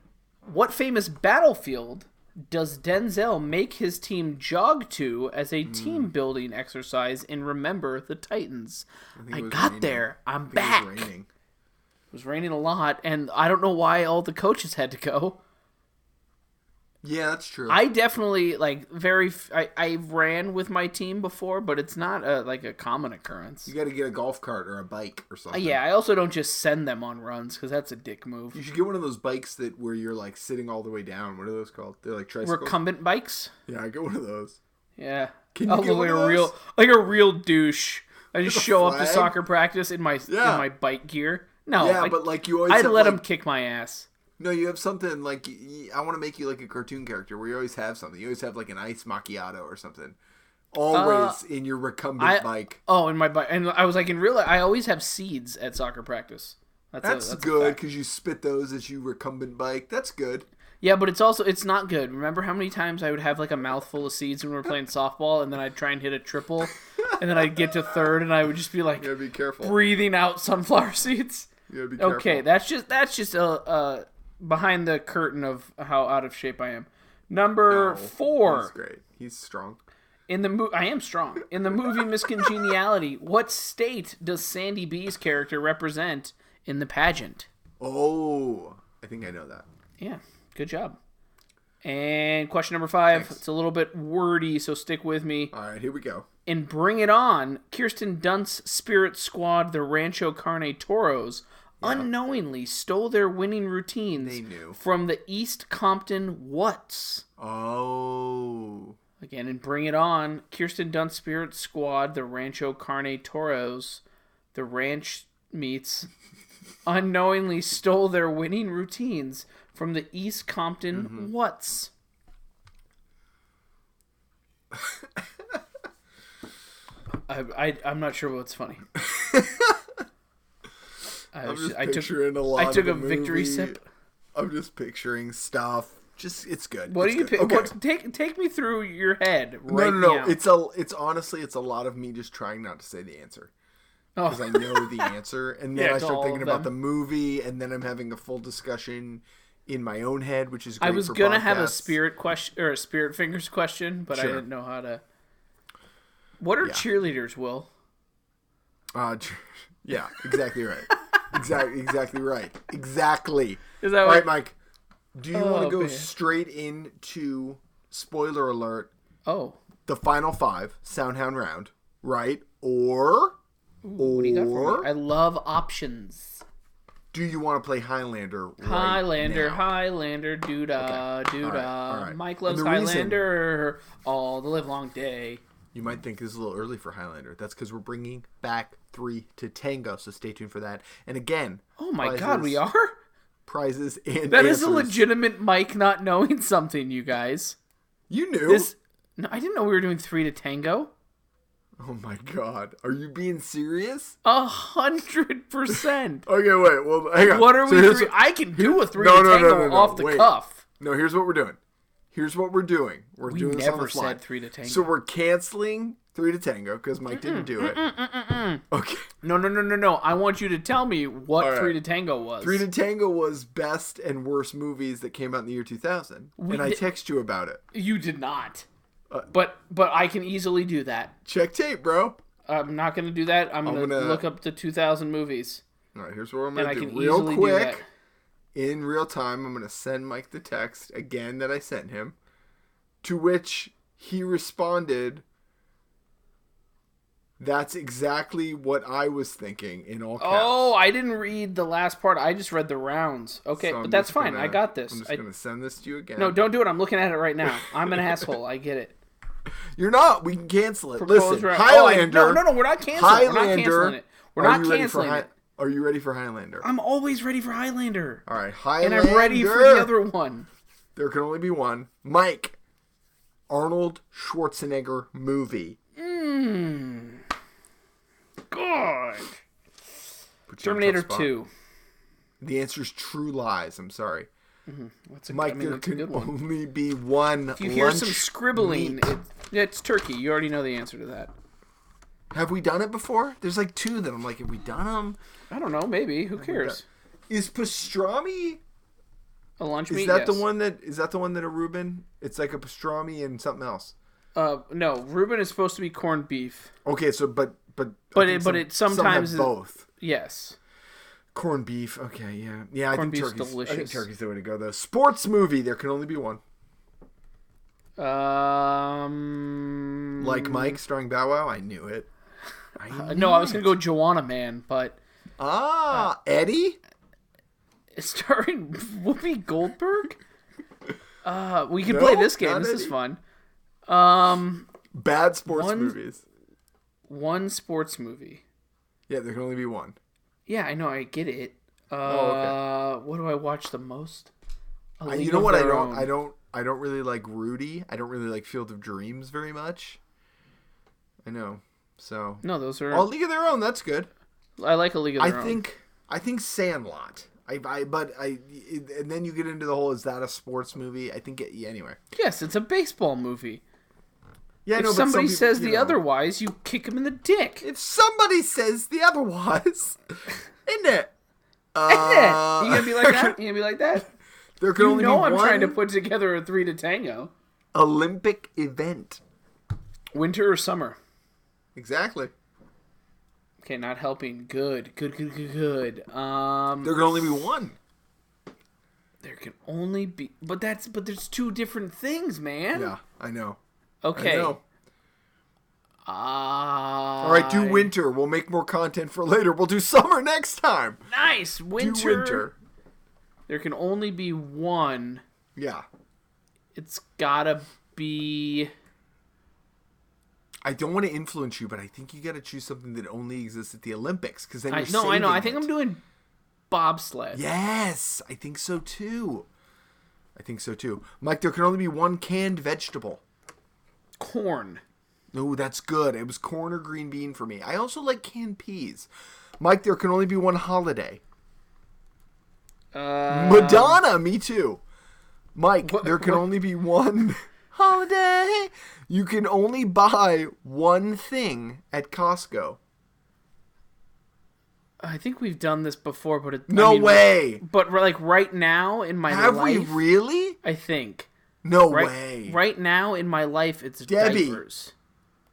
Speaker 2: What famous battlefield does Denzel make his team jog to as
Speaker 1: Hmm.
Speaker 2: a team building exercise in Remember the Titans? I,
Speaker 1: was
Speaker 2: got
Speaker 1: raining.
Speaker 2: there. I'm
Speaker 1: It was
Speaker 2: back. It was,
Speaker 1: raining.
Speaker 2: raining a lot, and I don't know why all the coaches had to go.
Speaker 1: Yeah, that's true.
Speaker 2: I definitely like very. f- I I ran with my team before, but it's not a, like a common occurrence.
Speaker 1: you got to get a golf cart or a bike or something.
Speaker 2: Yeah, I also don't just send them on runs because that's a dick move.
Speaker 1: You should get one of those bikes that where you're like sitting all the way down. What are those called? They're like tricycles.
Speaker 2: Recumbent bikes.
Speaker 1: yeah, I get one of those.
Speaker 2: Yeah.
Speaker 1: Can you
Speaker 2: I
Speaker 1: get
Speaker 2: look
Speaker 1: one
Speaker 2: like
Speaker 1: of
Speaker 2: a real
Speaker 1: those?
Speaker 2: like a real douche. I just
Speaker 1: With a
Speaker 2: show up to
Speaker 1: flag?
Speaker 2: soccer practice in my
Speaker 1: Yeah.
Speaker 2: in my bike gear. No,
Speaker 1: Yeah,
Speaker 2: Oh, I,
Speaker 1: but like you always.
Speaker 2: I'd
Speaker 1: have,
Speaker 2: let
Speaker 1: like-
Speaker 2: them kick my ass.
Speaker 1: No, you have something like y- y- I want to make you like a cartoon character where you always have something. You always have like an ice macchiato or something. Always in your recumbent
Speaker 2: Uh, I-
Speaker 1: bike.
Speaker 2: Oh, in my bike, and I was like, in real life, I always have seeds at soccer practice. That's
Speaker 1: That's,
Speaker 2: a, that's a
Speaker 1: good
Speaker 2: fact.
Speaker 1: because you spit those as you recumbent bike. That's good.
Speaker 2: yeah, but it's also it's not good. Remember how many times I would have like a mouthful of seeds when we were playing softball, and then I'd try and hit a triple, and then I'd get to third, and I would just be like
Speaker 1: You gotta be careful.
Speaker 2: breathing out sunflower seeds.
Speaker 1: you gotta be careful.
Speaker 2: Okay, that's just that's just a uh, behind the curtain of how out of shape I am. Number
Speaker 1: He's
Speaker 2: four
Speaker 1: Oh, great. He's strong.
Speaker 2: in the mo- I am strong in the movie Miss Congeniality. What state does Sandy B's character represent in the pageant?
Speaker 1: Oh, I think I know that.
Speaker 2: Yeah, good job. And question number five. It's a little bit wordy, so stick with me.
Speaker 1: All right, here we go.
Speaker 2: And bring it on. Kirsten Dunst's Spirit Squad, the Rancho Carne Toros, unknowingly stole their winning routines
Speaker 1: They knew.
Speaker 2: from the East Compton What's.
Speaker 1: Oh,
Speaker 2: Again, and bring it on. Kirsten Dunst Spirit Squad, the Rancho Carne Toros, the ranch meets, unknowingly stole their winning routines from the East Compton
Speaker 1: Mm-hmm.
Speaker 2: What's. I, I, I'm not sure what's funny. I,
Speaker 1: I'm
Speaker 2: was-
Speaker 1: just
Speaker 2: I took,
Speaker 1: picturing a lot.
Speaker 2: I took a
Speaker 1: of the
Speaker 2: victory
Speaker 1: movie.
Speaker 2: sip.
Speaker 1: I'm just picturing stuff. Just it's good.
Speaker 2: What
Speaker 1: It's
Speaker 2: do you
Speaker 1: good.
Speaker 2: pick? What, take take me through your head
Speaker 1: No,
Speaker 2: right
Speaker 1: no, no.
Speaker 2: now.
Speaker 1: It's a. It's honestly, it's a lot of me just trying not to say the answer
Speaker 2: Oh.
Speaker 1: because I know the answer, and then
Speaker 2: Yeah,
Speaker 1: I
Speaker 2: to
Speaker 1: start
Speaker 2: all
Speaker 1: thinking
Speaker 2: of
Speaker 1: about the
Speaker 2: them.
Speaker 1: movie, and then I'm having a full discussion in my own head, which is. Great
Speaker 2: I was
Speaker 1: for
Speaker 2: gonna have a
Speaker 1: podcasts.
Speaker 2: spirit question or a spirit fingers question, but I
Speaker 1: Sure.
Speaker 2: didn't know how to. What are cheerleaders? Will
Speaker 1: Uh, tr- yeah, exactly right. exactly, exactly right. Exactly.
Speaker 2: is that
Speaker 1: All right,
Speaker 2: what?
Speaker 1: Mike. Do you want
Speaker 2: Oh,
Speaker 1: to go
Speaker 2: man.
Speaker 1: straight into spoiler alert?
Speaker 2: oh,
Speaker 1: The final five Soundhound round, right? Or,
Speaker 2: what do you got for
Speaker 1: or
Speaker 2: me? I love options.
Speaker 1: do you want to play Highlander? Right
Speaker 2: Highlander,
Speaker 1: now?
Speaker 2: Highlander, doodah, doodah.
Speaker 1: all right.
Speaker 2: Mike
Speaker 1: And
Speaker 2: loves
Speaker 1: the reason-
Speaker 2: Highlander all the live long day.
Speaker 1: You might think this is a little early for Highlander. That's because we're bringing back three to Tango, so stay tuned for that. And again,
Speaker 2: Oh my
Speaker 1: prizes,
Speaker 2: god, we are.
Speaker 1: prizes and
Speaker 2: That is a
Speaker 1: answers.
Speaker 2: legitimate Mike not knowing something, you guys.
Speaker 1: You knew.
Speaker 2: This, no, I didn't know we were doing three to tango.
Speaker 1: Oh my god, are you being serious?
Speaker 2: A hundred percent.
Speaker 1: Okay, wait. Well, hang on.
Speaker 2: What are
Speaker 1: So
Speaker 2: we?
Speaker 1: here's
Speaker 2: Three,
Speaker 1: what-
Speaker 2: I can do a three
Speaker 1: No,
Speaker 2: to
Speaker 1: no, no,
Speaker 2: tango
Speaker 1: no, no,
Speaker 2: off the
Speaker 1: wait.
Speaker 2: cuff.
Speaker 1: no, here's what we're doing. Here's what we're doing. We're
Speaker 2: We
Speaker 1: doing this on
Speaker 2: never
Speaker 1: the fly.
Speaker 2: said three to tango.
Speaker 1: So we're canceling three to tango because Mike didn't do it. Okay.
Speaker 2: no, no, no, no, no. I want you to tell me what
Speaker 1: All right.
Speaker 2: three to tango was.
Speaker 1: Three to Tango was best and worst movies that came out in the year 2000, and I
Speaker 2: di-
Speaker 1: text you about it.
Speaker 2: you did not.
Speaker 1: Uh,
Speaker 2: but but I can easily do that.
Speaker 1: Check tape, bro.
Speaker 2: I'm not going to do that. I'm, going to
Speaker 1: gonna-
Speaker 2: look up the 2,000 movies,
Speaker 1: All right, here's what I'm
Speaker 2: and
Speaker 1: gonna
Speaker 2: I
Speaker 1: do.
Speaker 2: can
Speaker 1: Real
Speaker 2: easily do that.
Speaker 1: quick, in real time, I'm gonna send Mike the text again that I sent him, to which he responded. That's exactly what I was thinking in all caps.
Speaker 2: Oh, I didn't read the last part. I just read the rounds. Okay,
Speaker 1: So I'm
Speaker 2: but that's
Speaker 1: just
Speaker 2: fine.
Speaker 1: gonna-
Speaker 2: I got this.
Speaker 1: I'm just
Speaker 2: I,
Speaker 1: gonna send this to you again.
Speaker 2: No, don't do it. I'm looking at it right now. I'm an asshole. I get it.
Speaker 1: You're not. We can cancel it.
Speaker 2: Proposed
Speaker 1: Listen,
Speaker 2: round- Oh, I-
Speaker 1: Highlander.
Speaker 2: no, no, no. We're not canceling. it. We're not canceling
Speaker 1: Highlander.
Speaker 2: it. We're
Speaker 1: Are
Speaker 2: not
Speaker 1: you ready for
Speaker 2: canceling
Speaker 1: Hi-
Speaker 2: it.
Speaker 1: Are you ready for Highlander?
Speaker 2: I'm always ready for Highlander.
Speaker 1: All right, Highlander.
Speaker 2: And I'm ready for the other one.
Speaker 1: There can only be one. Mike, Arnold Schwarzenegger movie.
Speaker 2: God.
Speaker 1: Put you in a
Speaker 2: Terminator
Speaker 1: tough spot.
Speaker 2: 2.
Speaker 1: The answer is True Lies. I'm sorry,
Speaker 2: That's a,
Speaker 1: Mike.
Speaker 2: I mean,
Speaker 1: there
Speaker 2: that's a
Speaker 1: can
Speaker 2: good one.
Speaker 1: only be one.
Speaker 2: If you hear some scribbling, it, it's turkey. You already know the answer to that.
Speaker 1: have we done it before? There's like two of them. I'm like, have we done them?
Speaker 2: I don't know. Maybe. Who cares?
Speaker 1: Is pastrami?
Speaker 2: A lunch
Speaker 1: Is
Speaker 2: meat?
Speaker 1: that the
Speaker 2: Yes.
Speaker 1: one that is that the one that a Reuben? It's like a pastrami and something else.
Speaker 2: Uh, no, Reuben is supposed to be corned beef.
Speaker 1: Okay, so but but I
Speaker 2: But
Speaker 1: think
Speaker 2: it- but it sometimes
Speaker 1: some
Speaker 2: is-
Speaker 1: have both
Speaker 2: Yes.
Speaker 1: corned beef. Okay, yeah, yeah. I
Speaker 2: Corned
Speaker 1: think
Speaker 2: beef's
Speaker 1: turkey's I think
Speaker 2: delicious.
Speaker 1: turkey's the way to go though. Sports movie. There can only be one.
Speaker 2: Um,
Speaker 1: Like Mike starring Bow Wow, I knew it. I
Speaker 2: uh,
Speaker 1: knew
Speaker 2: no, I was
Speaker 1: it.
Speaker 2: gonna go Joanna Man, but Uh,
Speaker 1: Ah, Eddie?
Speaker 2: starring Whoopi Goldberg. Uh, we can
Speaker 1: No,
Speaker 2: play this game.
Speaker 1: not
Speaker 2: This is
Speaker 1: any.
Speaker 2: fun. Um,
Speaker 1: Bad sports
Speaker 2: One-
Speaker 1: movies.
Speaker 2: one sports movie.
Speaker 1: Yeah, there can only be one.
Speaker 2: Yeah, I know. I get it. Uh,
Speaker 1: Oh, okay.
Speaker 2: what do I watch the most? A
Speaker 1: I, you
Speaker 2: League
Speaker 1: know
Speaker 2: of
Speaker 1: what? I
Speaker 2: Their
Speaker 1: don't.
Speaker 2: Own.
Speaker 1: I don't. I don't really like Rudy. I don't really like Field of Dreams very much. I know. So,
Speaker 2: No, those are.
Speaker 1: oh, League of Their Own. That's good.
Speaker 2: I like a League of
Speaker 1: I
Speaker 2: Their Own.
Speaker 1: think. I think Sandlot. I, I. But I. And then you get into the whole. Is that a sports movie? I think. It, yeah, anyway.
Speaker 2: Yes, it's a baseball movie.
Speaker 1: Yeah.
Speaker 2: If
Speaker 1: no, but some
Speaker 2: somebody
Speaker 1: people,
Speaker 2: says
Speaker 1: you
Speaker 2: the
Speaker 1: know.
Speaker 2: otherwise, you kick him in the dick.
Speaker 1: If somebody says the otherwise, isn't it?
Speaker 2: yeah. You
Speaker 1: Uh,
Speaker 2: gonna be like that? You gonna be like that?
Speaker 1: There can
Speaker 2: You
Speaker 1: only
Speaker 2: know
Speaker 1: be
Speaker 2: I'm
Speaker 1: one
Speaker 2: trying to put together a three to tango.
Speaker 1: Olympic event.
Speaker 2: Winter or summer?
Speaker 1: Exactly.
Speaker 2: Okay, not helping. Good, good, good, good, good. Um,
Speaker 1: There can only be one.
Speaker 2: there can only be, but that's, but there's two different things, man.
Speaker 1: Yeah, I know.
Speaker 2: Okay.
Speaker 1: I know.
Speaker 2: Ah.
Speaker 1: All right, do winter. We'll make more content for later. We'll do summer next time.
Speaker 2: Nice
Speaker 1: Do
Speaker 2: winter.
Speaker 1: winter.
Speaker 2: There can only be one.
Speaker 1: Yeah.
Speaker 2: It's gotta be.
Speaker 1: I don't want to influence you, but I think you got to choose something that only exists at the Olympics because then
Speaker 2: I,
Speaker 1: you're
Speaker 2: no, I
Speaker 1: saving
Speaker 2: know. I think
Speaker 1: it.
Speaker 2: I'm doing bobsled.
Speaker 1: Yes, I think so too. I think so too. Mike, there can only be one canned vegetable.
Speaker 2: Corn.
Speaker 1: No, that's good. It was corn or green bean for me. I also like canned peas. Mike, there can only be one holiday.
Speaker 2: Uh,
Speaker 1: Madonna, me too. Mike,
Speaker 2: What-
Speaker 1: there can
Speaker 2: what-
Speaker 1: only be one holiday. You can only buy one thing at Costco.
Speaker 2: I think we've done this before, but it, I
Speaker 1: No
Speaker 2: mean,
Speaker 1: way.
Speaker 2: But like right now in my
Speaker 1: Have
Speaker 2: life,
Speaker 1: we really?
Speaker 2: I think
Speaker 1: No
Speaker 2: right
Speaker 1: way.
Speaker 2: right now in my life it's
Speaker 1: Debbie.
Speaker 2: diapers.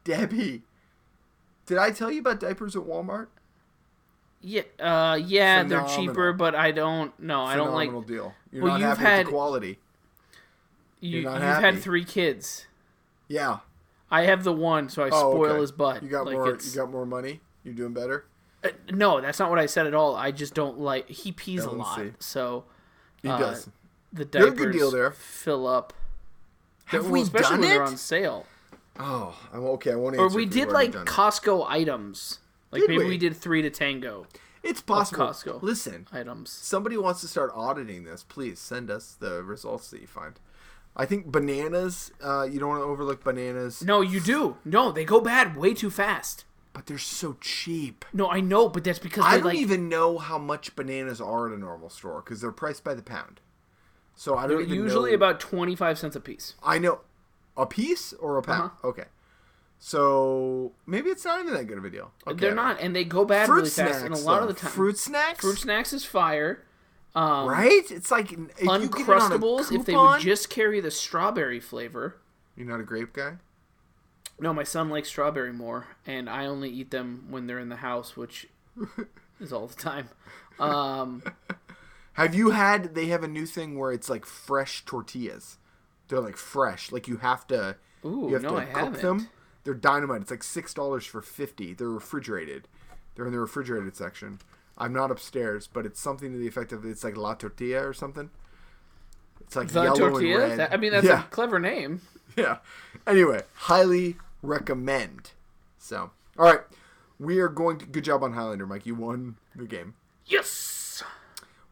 Speaker 1: Debbie. Did I tell you about diapers at Walmart?
Speaker 2: Yeah, uh, yeah, they're cheaper,
Speaker 1: Phenomenal.
Speaker 2: but I don't. No, I don't like.
Speaker 1: Phenomenal deal. You're
Speaker 2: Well,
Speaker 1: not
Speaker 2: you've
Speaker 1: happy
Speaker 2: had-
Speaker 1: with the quality.
Speaker 2: You,
Speaker 1: not
Speaker 2: you've
Speaker 1: happy.
Speaker 2: had three kids.
Speaker 1: Yeah.
Speaker 2: I have the one, so I
Speaker 1: Oh,
Speaker 2: spoil
Speaker 1: okay.
Speaker 2: his butt.
Speaker 1: You got
Speaker 2: like
Speaker 1: more.
Speaker 2: it's,
Speaker 1: You got more money. You're doing better.
Speaker 2: uh, no, that's not what I said at all. I just don't like. He pees a
Speaker 1: Don't
Speaker 2: lot,
Speaker 1: see.
Speaker 2: so
Speaker 1: He
Speaker 2: Uh,
Speaker 1: does.
Speaker 2: the
Speaker 1: You're a
Speaker 2: diapers
Speaker 1: good deal there.
Speaker 2: fill up.
Speaker 1: Have
Speaker 2: Well,
Speaker 1: we
Speaker 2: especially
Speaker 1: done
Speaker 2: when
Speaker 1: it?
Speaker 2: they're on sale.
Speaker 1: Oh, I'm okay. I won't answer.
Speaker 2: Or
Speaker 1: if
Speaker 2: we
Speaker 1: we've
Speaker 2: did
Speaker 1: already
Speaker 2: like
Speaker 1: done it.
Speaker 2: Costco items. Like
Speaker 1: Did
Speaker 2: maybe
Speaker 1: we?
Speaker 2: we did three to tango
Speaker 1: It's possible.
Speaker 2: Costco.
Speaker 1: Listen,
Speaker 2: items.
Speaker 1: somebody wants to start auditing this. Please send us the results that you find. I think bananas. Uh, you don't want to overlook bananas,
Speaker 2: No, you do. No, they go bad way too fast.
Speaker 1: but they're so cheap.
Speaker 2: No, I know, but that's because
Speaker 1: I
Speaker 2: they
Speaker 1: don't
Speaker 2: like
Speaker 1: even know how much bananas are at a normal store because they're priced by the pound. So I don't
Speaker 2: they're
Speaker 1: even
Speaker 2: usually
Speaker 1: know-
Speaker 2: about twenty five cents a piece.
Speaker 1: I know a piece or a pound.
Speaker 2: Uh-huh.
Speaker 1: Okay, so maybe it's not even that good of a deal. Okay.
Speaker 2: Uh, They're not, and they go bad
Speaker 1: fruit
Speaker 2: really
Speaker 1: snacks.
Speaker 2: fast. And a lot
Speaker 1: though.
Speaker 2: of the time,
Speaker 1: fruit snacks.
Speaker 2: fruit snacks is fire.
Speaker 1: Right? It's like if you get it on a
Speaker 2: Uncrustables, if they
Speaker 1: coupon-
Speaker 2: would just carry the strawberry flavor.
Speaker 1: You're not a grape guy.
Speaker 2: No, my son likes strawberry more, and I only eat them when they're in the house, which is all the time. Um,
Speaker 1: Have you had? They have a new thing where it's like fresh tortillas. They're like fresh. Like you have to.
Speaker 2: Ooh,
Speaker 1: you have
Speaker 2: no,
Speaker 1: to
Speaker 2: I
Speaker 1: cook
Speaker 2: haven't.
Speaker 1: them. They're dynamite. It's like six dollars for fifty. They're refrigerated. They're in the refrigerated section. I'm not upstairs, but it's something to the effect of it's like la tortilla or something. It's like
Speaker 2: the
Speaker 1: yellow and
Speaker 2: tortillas.
Speaker 1: red.
Speaker 2: That- I mean, that's
Speaker 1: yeah,
Speaker 2: a clever name.
Speaker 1: yeah. Anyway, highly recommend. So, all right, we are going to. Good job on Highlander, Mike. You won the game.
Speaker 2: Yes.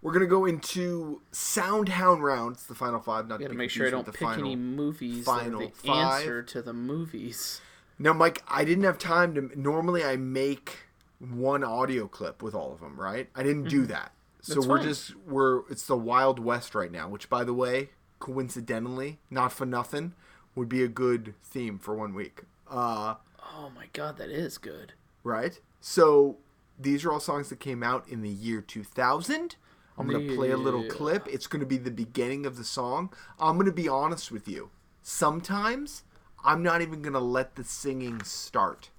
Speaker 1: We're gonna go into Soundhound rounds, the final five. Not
Speaker 2: Got
Speaker 1: to
Speaker 2: to
Speaker 1: be
Speaker 2: make sure I
Speaker 1: confused
Speaker 2: don't
Speaker 1: with
Speaker 2: pick
Speaker 1: the final.
Speaker 2: any movies. that are
Speaker 1: final
Speaker 2: the
Speaker 1: five.
Speaker 2: answer to the movies.
Speaker 1: No, Mike, I didn't have time to. Normally, I make one audio clip with all of them. Right? I didn't do that, so
Speaker 2: Mm-hmm. That's
Speaker 1: we're
Speaker 2: fine.
Speaker 1: just we're it's the Wild West right now. Which, by the way, coincidentally, not for nothing, would be a good theme for one week. Uh,
Speaker 2: Oh my god, that is good.
Speaker 1: right? So these are all songs that came out in the year 2000. I'm going to play a little
Speaker 2: Yeah.
Speaker 1: clip. It's going to be the beginning of the song. I'm going to be honest with you. Sometimes I'm not even going to let the singing start.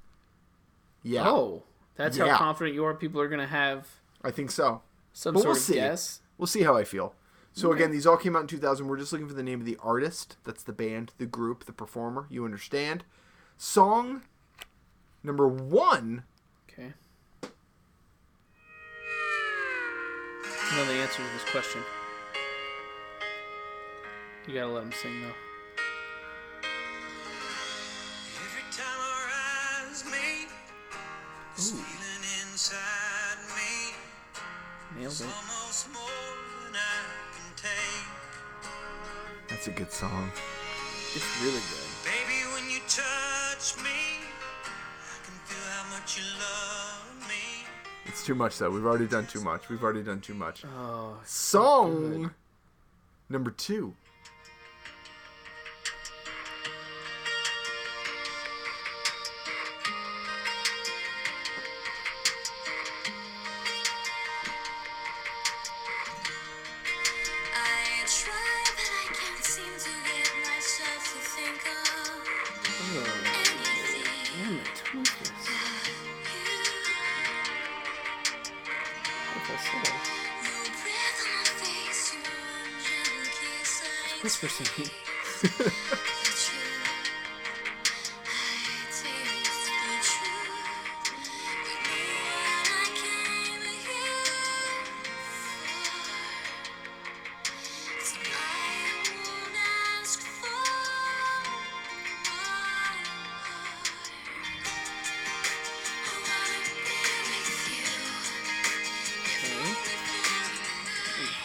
Speaker 1: Yeah,
Speaker 2: Oh, that's
Speaker 1: Yeah.
Speaker 2: how confident you are. People are gonna have
Speaker 1: I think so.
Speaker 2: some
Speaker 1: But
Speaker 2: sort
Speaker 1: we'll
Speaker 2: of
Speaker 1: see.
Speaker 2: guess.
Speaker 1: We'll see how I feel. So again, these all came out in 2000. We're just looking for the name of the artist. That's the band, the group, the performer. You understand? Song number one.
Speaker 2: Okay. I know the answer to this question. You gotta let him sing though.
Speaker 3: Every time our eyes meet, this feeling inside me
Speaker 2: Nailed
Speaker 3: is
Speaker 2: it.
Speaker 3: almost more than I can take.
Speaker 1: That's a good song.
Speaker 2: It's really good.
Speaker 3: Baby, when you touch me, I can feel how much you love me.
Speaker 1: It's too much though. We've already done too much. We've already done too much.
Speaker 2: Oh,
Speaker 1: Song number two.
Speaker 4: I try, but I can't seem to get myself to think of anything.
Speaker 2: damn it. What is this? What's that song?
Speaker 4: Your breath on my face, your warm, gentle kiss, I
Speaker 2: What's for singing?
Speaker 4: taste the truth. You knew what I came here for, so I won't ask for more.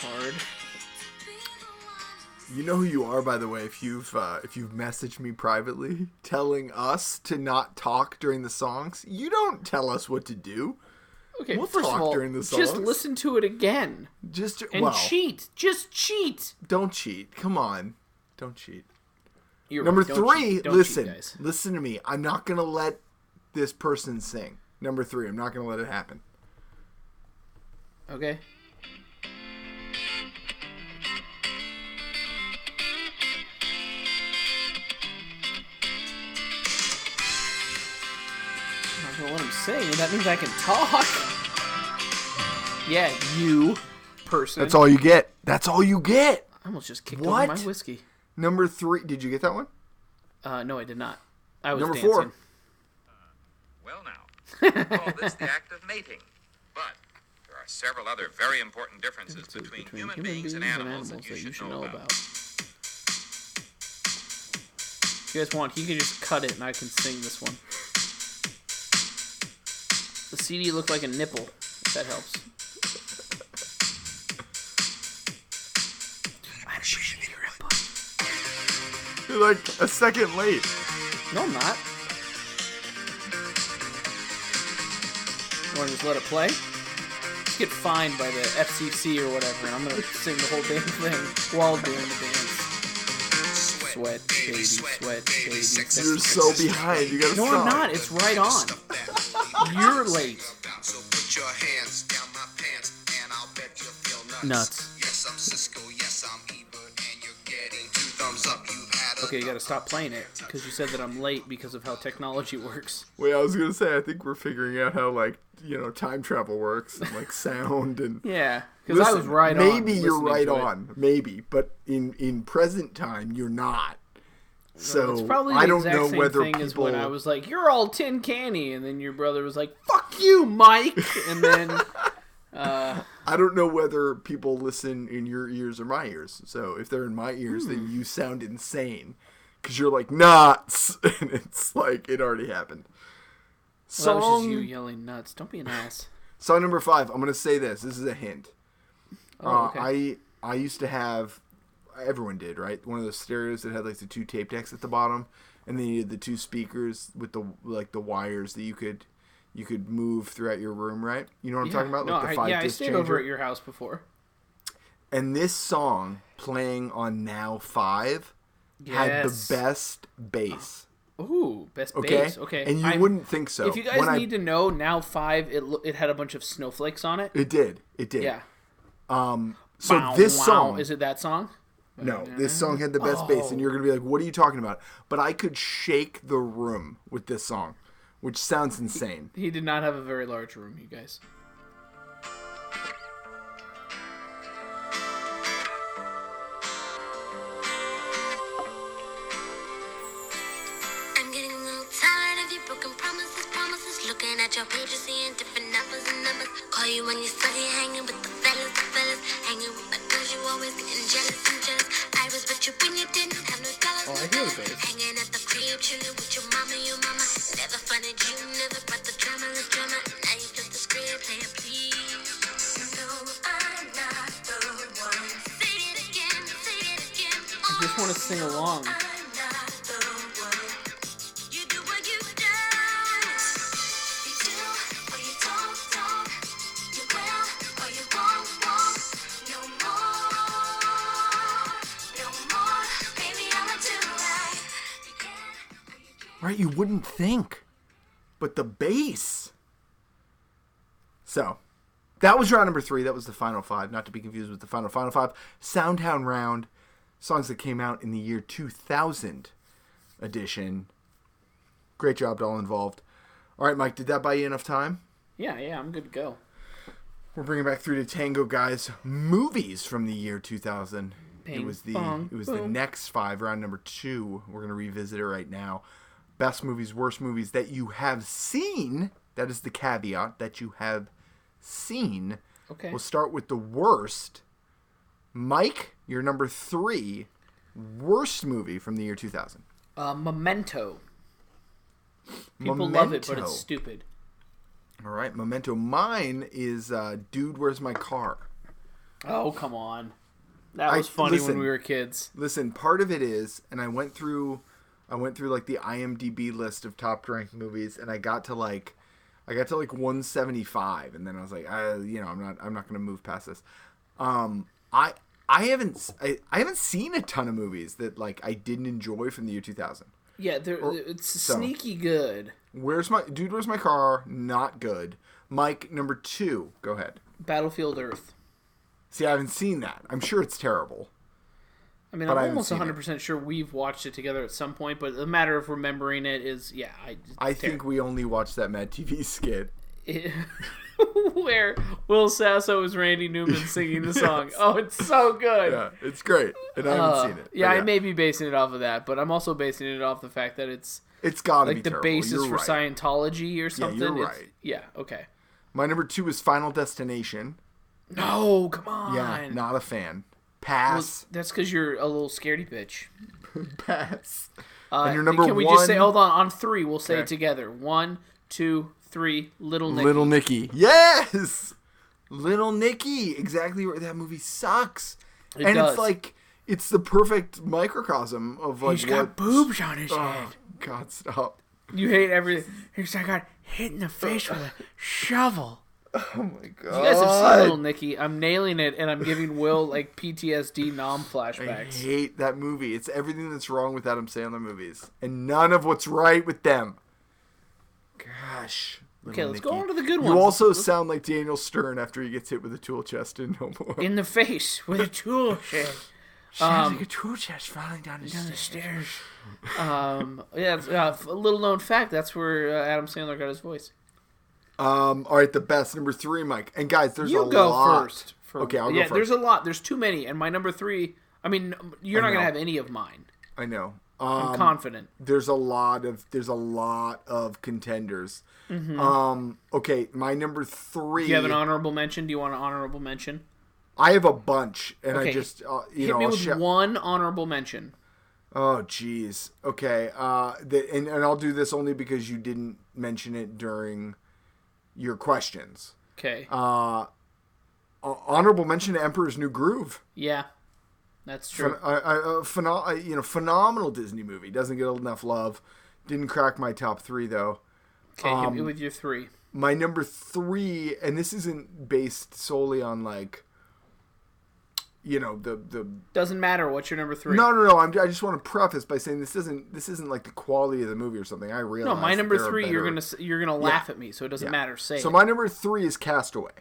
Speaker 2: Hard.
Speaker 1: You know who you are, by the way. If you've uh, if you've messaged me privately telling us to not talk during the songs, you don't tell us what to do.
Speaker 2: Okay,
Speaker 1: We'll
Speaker 2: first
Speaker 1: talk
Speaker 2: of all,
Speaker 1: during the
Speaker 2: just
Speaker 1: songs.
Speaker 2: listen to it again
Speaker 1: Just
Speaker 2: and
Speaker 1: well,
Speaker 2: cheat. Just cheat.
Speaker 1: don't cheat. Come on, don't cheat.
Speaker 2: You're
Speaker 1: Number
Speaker 2: right, don't
Speaker 1: three,
Speaker 2: cheat. Don't cheat,
Speaker 1: listen,
Speaker 2: guys.
Speaker 1: listen to me. I'm not gonna let this person sing. Number three, I'm not gonna let it happen.
Speaker 2: Okay. I'm not gonna let him sing. and That means I can talk. Yeah, you person.
Speaker 1: That's all you get. That's all you get.
Speaker 2: I almost just kicked
Speaker 1: What?
Speaker 2: over my whiskey.
Speaker 1: Number three. Did you get that one?
Speaker 2: Uh, no, I did not. I was
Speaker 1: Number
Speaker 2: dancing.
Speaker 1: four.
Speaker 5: Well, now, we call this the act of mating. But there are several other very important differences
Speaker 2: Differences
Speaker 5: between, human, beings and animals, that you should know about.
Speaker 2: If you guys want, you can just cut it and I can sing this one. The CD looked like a nipple, if that helps. I appreciate your input.
Speaker 1: You're like a second late.
Speaker 2: No, I'm not. Want to just let it play? Just get fined by the FCC or whatever, and I'm gonna sing the whole damn thing while doing the dance. Sweat, baby, sweat, baby, sex.
Speaker 1: You're so behind. You gotta
Speaker 2: No,
Speaker 1: stop.
Speaker 2: I'm not. It's right on. You're late.
Speaker 6: So put your hands down my pants, and I'll bet you feel nuts.
Speaker 2: Nuts.
Speaker 6: Yes, I'm Cisco. Yes, I'm Ebert, and you're getting two thumbs up. You had a
Speaker 2: Okay, you gotta stop playing it because you said that I'm late because of how technology works.
Speaker 1: Wait, I was gonna say I think we're figuring out how like you know time travel works and like sound and.
Speaker 2: Yeah, because I was
Speaker 1: Listen,
Speaker 2: right on.
Speaker 1: Maybe you're
Speaker 2: listening
Speaker 1: right
Speaker 2: to it.
Speaker 1: on. Maybe, but in in present time, you're not. So
Speaker 2: It's probably the
Speaker 1: I don't
Speaker 2: exact
Speaker 1: know
Speaker 2: same
Speaker 1: whether
Speaker 2: thing
Speaker 1: people.
Speaker 2: as when I was like, "You're all tin candy," and then your brother was like, "Fuck you, Mike," and then
Speaker 1: I don't know whether people listen in your ears or my ears. So if they're in my ears, then
Speaker 2: Hmm.
Speaker 1: you sound insane because you're like nuts, and it's like it already happened.
Speaker 2: Well, that was
Speaker 1: Song
Speaker 2: just you yelling nuts. Don't be an ass.
Speaker 1: song number five. I'm gonna say this. This is a hint.
Speaker 2: Oh,
Speaker 1: Uh,
Speaker 2: okay.
Speaker 1: I I used to have everyone did right one of those stereos that had like the two tape decks at the bottom, and then you had the two speakers with the like the wires that you could you could move throughout your room, right? You know what I'm talking about,
Speaker 2: no,
Speaker 1: like the
Speaker 2: I,
Speaker 1: five
Speaker 2: yeah, I
Speaker 1: disc
Speaker 2: stayed
Speaker 1: changer.
Speaker 2: over at your house before.
Speaker 1: and this song playing on now five had the
Speaker 2: Yes.
Speaker 1: best bass.
Speaker 2: Ooh, best
Speaker 1: Okay,
Speaker 2: bass. Okay,
Speaker 1: and you
Speaker 2: I'm-
Speaker 1: wouldn't think so.
Speaker 2: If you guys
Speaker 1: When I-
Speaker 2: need to know, now five it lo- it had a bunch of snowflakes on it.
Speaker 1: it did, it did.
Speaker 2: Yeah.
Speaker 1: So
Speaker 2: Wow,
Speaker 1: this
Speaker 2: wow.
Speaker 1: song
Speaker 2: is it that song?
Speaker 1: No, this song had the best bass, and you're gonna be like, "What are you talking about?" But I could shake the room with this song, which sounds insane.
Speaker 2: He did not have a very large room, you guys.
Speaker 4: Got your pages seeing different numbers and numbers. Call you when you're study, hanging with the fellas, the fellas. Hanging with my girls, you always getting jealous and jealous. I was with you when you didn't have no dollars.
Speaker 2: Oh, I
Speaker 4: no
Speaker 2: hear the bass.
Speaker 4: dollars. Hanging at the crib, chilling with your mama, your mama. Never funded you, never brought the drama, the drama. Now you got the script, play it, please. No, I'm not the one. Say it again, say it again.
Speaker 2: I just want to sing along.
Speaker 4: I'm not the one. You do what you do. You do or you don't, don't. You will or you won't, won't. No more, no more. Baby, I'ma do right. You can or you can't.
Speaker 1: Right? You wouldn't think. But the bass. So, that was round number three. That was the final five. Not to be confused with the final, final five. Soundhound round. Songs that came out in the year 2000 edition. Great job to all involved. All right, Mike, did that buy you enough time?
Speaker 2: Yeah, yeah, I'm good to go.
Speaker 1: We're bringing back through to Tango Guys movies from the year 2000. it
Speaker 2: Bing,
Speaker 1: was the
Speaker 2: bong,
Speaker 1: it was the
Speaker 2: boom.
Speaker 1: next five round number two. We're gonna revisit it right now. Best movies, worst movies that you have seen. That is the caveat that you have seen.
Speaker 2: Okay.
Speaker 1: We'll start with the worst. Mike, your number three worst movie from the year 2000.
Speaker 2: Uh, Memento. People love it, but
Speaker 1: Memento.
Speaker 2: it's stupid.
Speaker 1: All right, Memento. Mine is uh, Dude, Where's My Car?
Speaker 2: Oh, come on. That
Speaker 1: I-
Speaker 2: was funny
Speaker 1: listen.
Speaker 2: when we were kids.
Speaker 1: Listen, part of it is, and I went through, I went through like the IMDb list of top ranked movies, and I got to like, I got to like 175, and then I was like, I, you know, I'm not, I'm not gonna move past this. Um, I, I haven't, s- I, I haven't seen a ton of movies that like I didn't enjoy from the year 2000.
Speaker 2: Yeah, they're, it's sneaky good.
Speaker 1: Where's my dude? Where's my car? Not good. Mike, number two, go ahead.
Speaker 2: Battlefield Earth.
Speaker 1: See, I haven't seen that. I'm sure it's terrible.
Speaker 2: I mean,
Speaker 1: But I
Speaker 2: I'm
Speaker 1: haven't
Speaker 2: almost
Speaker 1: seen it.
Speaker 2: 100% sure we've watched it together at some point, but the matter of remembering it is, yeah, I,
Speaker 1: I think we only watched that Mad TV skit.
Speaker 2: it- where Will Sasso is Randy Newman singing the song. Oh, it's so good.
Speaker 1: Yeah, it's great, and I haven't
Speaker 2: Uh,
Speaker 1: seen it. but
Speaker 2: yeah, I may be basing it off of that, but I'm also basing it off the fact that it's
Speaker 1: It's got to
Speaker 2: like
Speaker 1: be
Speaker 2: the
Speaker 1: terrible.
Speaker 2: basis
Speaker 1: You're
Speaker 2: for
Speaker 1: right.
Speaker 2: Scientology or something. It's-
Speaker 1: right.
Speaker 2: Yeah. Okay.
Speaker 1: My number two is Final Destination.
Speaker 2: No, come on.
Speaker 1: Yeah, not a fan.
Speaker 2: Well,
Speaker 1: Pass.
Speaker 2: that's because you're a little scaredy bitch.
Speaker 1: Pass.
Speaker 2: Uh,
Speaker 1: your number
Speaker 2: Can we just say?
Speaker 1: one-
Speaker 2: Hold on. On three, we'll say
Speaker 1: Okay.
Speaker 2: it together. One, two, three. Little Nicky.
Speaker 1: Little Nicky. Yes. Little Nicky. Exactly right. That movie sucks.
Speaker 2: It
Speaker 1: and
Speaker 2: does.
Speaker 1: it's like it's the perfect microcosm of like
Speaker 2: He's
Speaker 1: what.
Speaker 2: got boobs on his head.
Speaker 1: oh, God, stop.
Speaker 2: You hate everything. He's I got hit in the face with a shovel.
Speaker 1: Oh my God.
Speaker 2: You guys have
Speaker 1: Uh,
Speaker 2: seen Little Nicky. I'm nailing it, and I'm giving Will like PTSD nom
Speaker 1: I
Speaker 2: flashbacks.
Speaker 1: hate that movie. It's everything that's wrong with Adam Sandler movies, and none of what's right with them. Gosh.
Speaker 2: Okay,
Speaker 1: Little
Speaker 2: let's go
Speaker 1: Nicky.
Speaker 2: on to the good
Speaker 1: You
Speaker 2: ones.
Speaker 1: also sound like Daniel Stern after he gets hit with a tool chest in No More.
Speaker 2: in the face with a tool shed
Speaker 1: Sounds
Speaker 2: Um,
Speaker 1: like a tool chest falling down his
Speaker 2: on the stairs. Um, yeah, it's, uh, a little known fact. That's where uh, Adam Sandler got his voice.
Speaker 1: Um, all right, the best number three, Mike. And guys, there's
Speaker 2: You
Speaker 1: a
Speaker 2: go
Speaker 1: lot.
Speaker 2: first. for-
Speaker 1: okay, I'll
Speaker 2: yeah,
Speaker 1: go
Speaker 2: there's
Speaker 1: first.
Speaker 2: a lot. There's too many, and my number three. I mean, you're
Speaker 1: I
Speaker 2: not gonna
Speaker 1: know.
Speaker 2: have any of mine.
Speaker 1: I know.
Speaker 2: I'm
Speaker 1: Um,
Speaker 2: confident.
Speaker 1: there's a lot of there's a lot of contenders. Um, okay, my number three.
Speaker 2: Mm-hmm. Do you have an honorable mention? Do you want an honorable mention?
Speaker 1: I have a bunch, and I
Speaker 2: Okay,
Speaker 1: just uh, you
Speaker 2: Hit
Speaker 1: know
Speaker 2: me
Speaker 1: I'll
Speaker 2: with
Speaker 1: shou-
Speaker 2: one honorable mention.
Speaker 1: Oh, jeez. Okay. Uh, the, and, and I'll do this only because you didn't mention it during your questions.
Speaker 2: Okay.
Speaker 1: Uh, honorable mention to Emperor's New Groove.
Speaker 2: yeah, that's
Speaker 1: Phen-
Speaker 2: true.
Speaker 1: I, I, uh, pheno- I- you know, phenomenal Disney movie. Doesn't get enough love. Didn't crack my top three though.
Speaker 2: Okay, hit me
Speaker 1: um,
Speaker 2: with your three.
Speaker 1: My number three, and this isn't based solely on like, you know, the the
Speaker 2: Doesn't matter what's your number three.
Speaker 1: no no no. I'm, I just want to preface by saying this doesn't this isn't like the quality of the movie or something. I
Speaker 2: No,
Speaker 1: realize
Speaker 2: my
Speaker 1: that
Speaker 2: number
Speaker 1: there are
Speaker 2: three. You're
Speaker 1: better-
Speaker 2: gonna s- you're gonna laugh at me, so it doesn't
Speaker 1: Yeah.
Speaker 2: matter. Say
Speaker 1: So
Speaker 2: it.
Speaker 1: my number three is Castaway.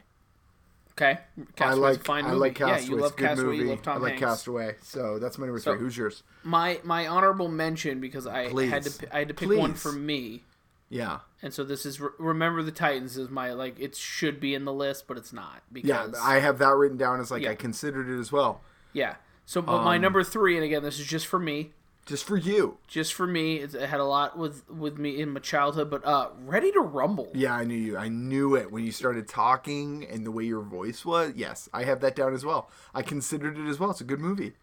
Speaker 2: okay. Castaway's
Speaker 1: I like
Speaker 2: a fine
Speaker 1: I
Speaker 2: movie.
Speaker 1: like
Speaker 2: yeah,
Speaker 1: Castaway.
Speaker 2: you
Speaker 1: it's
Speaker 2: love
Speaker 1: a good
Speaker 2: Castaway.
Speaker 1: movie.
Speaker 2: You love Tom
Speaker 1: I like
Speaker 2: Hanks.
Speaker 1: Castaway. So that's my number
Speaker 2: So-
Speaker 1: three. Who's yours?
Speaker 2: My my honorable mention because I had
Speaker 1: Please.
Speaker 2: to I had to pick one
Speaker 1: Please.
Speaker 2: for me,
Speaker 1: Yeah,
Speaker 2: and so this is Re- remember the Titans is my like it should be in the list, but it's not
Speaker 1: yeah.
Speaker 2: because
Speaker 1: I have that written down as like
Speaker 2: Yeah.
Speaker 1: I considered it as well. Um,
Speaker 2: yeah. So but my number three, and again this is just for me,
Speaker 1: Just for you.
Speaker 2: just for me. It it had a lot with with me in my childhood, but uh, Ready to Rumble.
Speaker 1: Yeah, I knew you. I knew it when you started talking and the way your voice was. Yes, I have that down as well. I considered it as well. It's a good movie.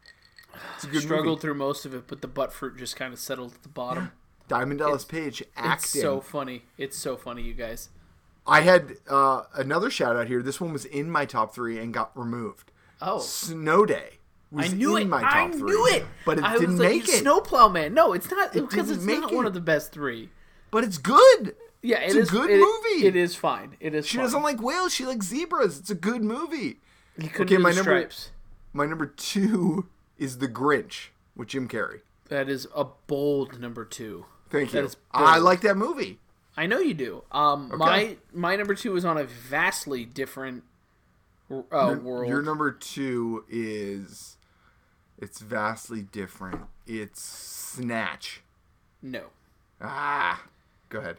Speaker 1: It's a good
Speaker 2: Struggled
Speaker 1: movie.
Speaker 2: through most of it, but the butt fruit just kind of settled at the bottom.
Speaker 1: Diamond Dallas Page
Speaker 2: It's
Speaker 1: acting.
Speaker 2: so funny. It's so funny, you guys.
Speaker 1: I had uh, another shout out here. This one was in my top three and got removed.
Speaker 2: Oh,
Speaker 1: Snow Day
Speaker 2: I
Speaker 1: was
Speaker 2: knew
Speaker 1: in
Speaker 2: it.
Speaker 1: my top
Speaker 2: I
Speaker 1: three.
Speaker 2: knew it.
Speaker 1: But it
Speaker 2: I
Speaker 1: didn't
Speaker 2: was like,
Speaker 1: make it.
Speaker 2: Snowplow man. No, it's not
Speaker 1: It
Speaker 2: because
Speaker 1: didn't
Speaker 2: it's
Speaker 1: make
Speaker 2: not one
Speaker 1: it.
Speaker 2: of the best three.
Speaker 1: but it's good.
Speaker 2: Yeah,
Speaker 1: It's
Speaker 2: it's
Speaker 1: a good movie.
Speaker 2: It is fine. It is.
Speaker 1: She
Speaker 2: fine.
Speaker 1: doesn't like whales. She likes zebras. It's a good movie.
Speaker 2: He couldn't
Speaker 1: okay,
Speaker 2: do
Speaker 1: my
Speaker 2: the
Speaker 1: number-
Speaker 2: stripes.
Speaker 1: My number two is The Grinch with Jim Carrey.
Speaker 2: That is a bold number two.
Speaker 1: Thank
Speaker 2: That
Speaker 1: you.
Speaker 2: is bold.
Speaker 1: I like that movie.
Speaker 2: I know you do. Um, my my number two is on a vastly different uh, world.
Speaker 1: Your number two is it's vastly different. It's Snatch.
Speaker 2: no,
Speaker 1: Ah, go ahead.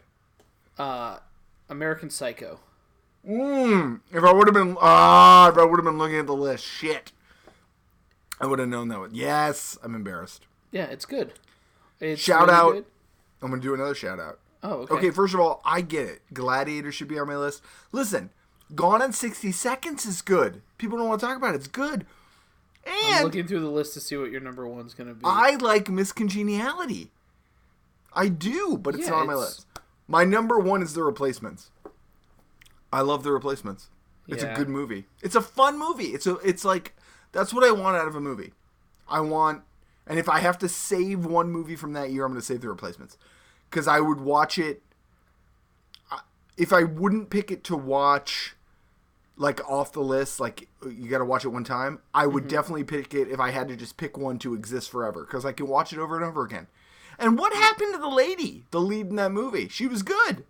Speaker 2: Uh, American Psycho.
Speaker 1: Mm, if I would have been ah, if I would have been looking at the list, shit, I would have known that one. Yes, I'm embarrassed.
Speaker 2: Yeah, it's good. It's
Speaker 1: Shout
Speaker 2: really
Speaker 1: out.
Speaker 2: good.
Speaker 1: I'm gonna do another shout out.
Speaker 2: Oh, okay.
Speaker 1: Okay, first of all, I get it. Gladiator should be on my list. Listen, Gone in 60 Seconds is good. People don't want to talk about it. It's good.
Speaker 2: I'm
Speaker 1: And
Speaker 2: looking through the list to see what your number one's gonna be.
Speaker 1: I like Miss Congeniality. I do, but it's
Speaker 2: Yeah,
Speaker 1: not on my
Speaker 2: it's-
Speaker 1: list. My number one is The Replacements. I love The Replacements. It's
Speaker 2: Yeah.
Speaker 1: a good movie. It's a fun movie. It's a. It's like that's what I want out of a movie. I want, and if I have to save one movie from that year, I'm going to save The Replacements because I would watch it. I- If I wouldn't pick it to watch, like off the list, like you got to watch it one time, I would
Speaker 2: Mm-hmm.
Speaker 1: definitely pick it if I had to just pick one to exist forever because I can watch it over and over again. And
Speaker 2: Mm.
Speaker 1: what happened to the lady, the lead in that movie? She was good.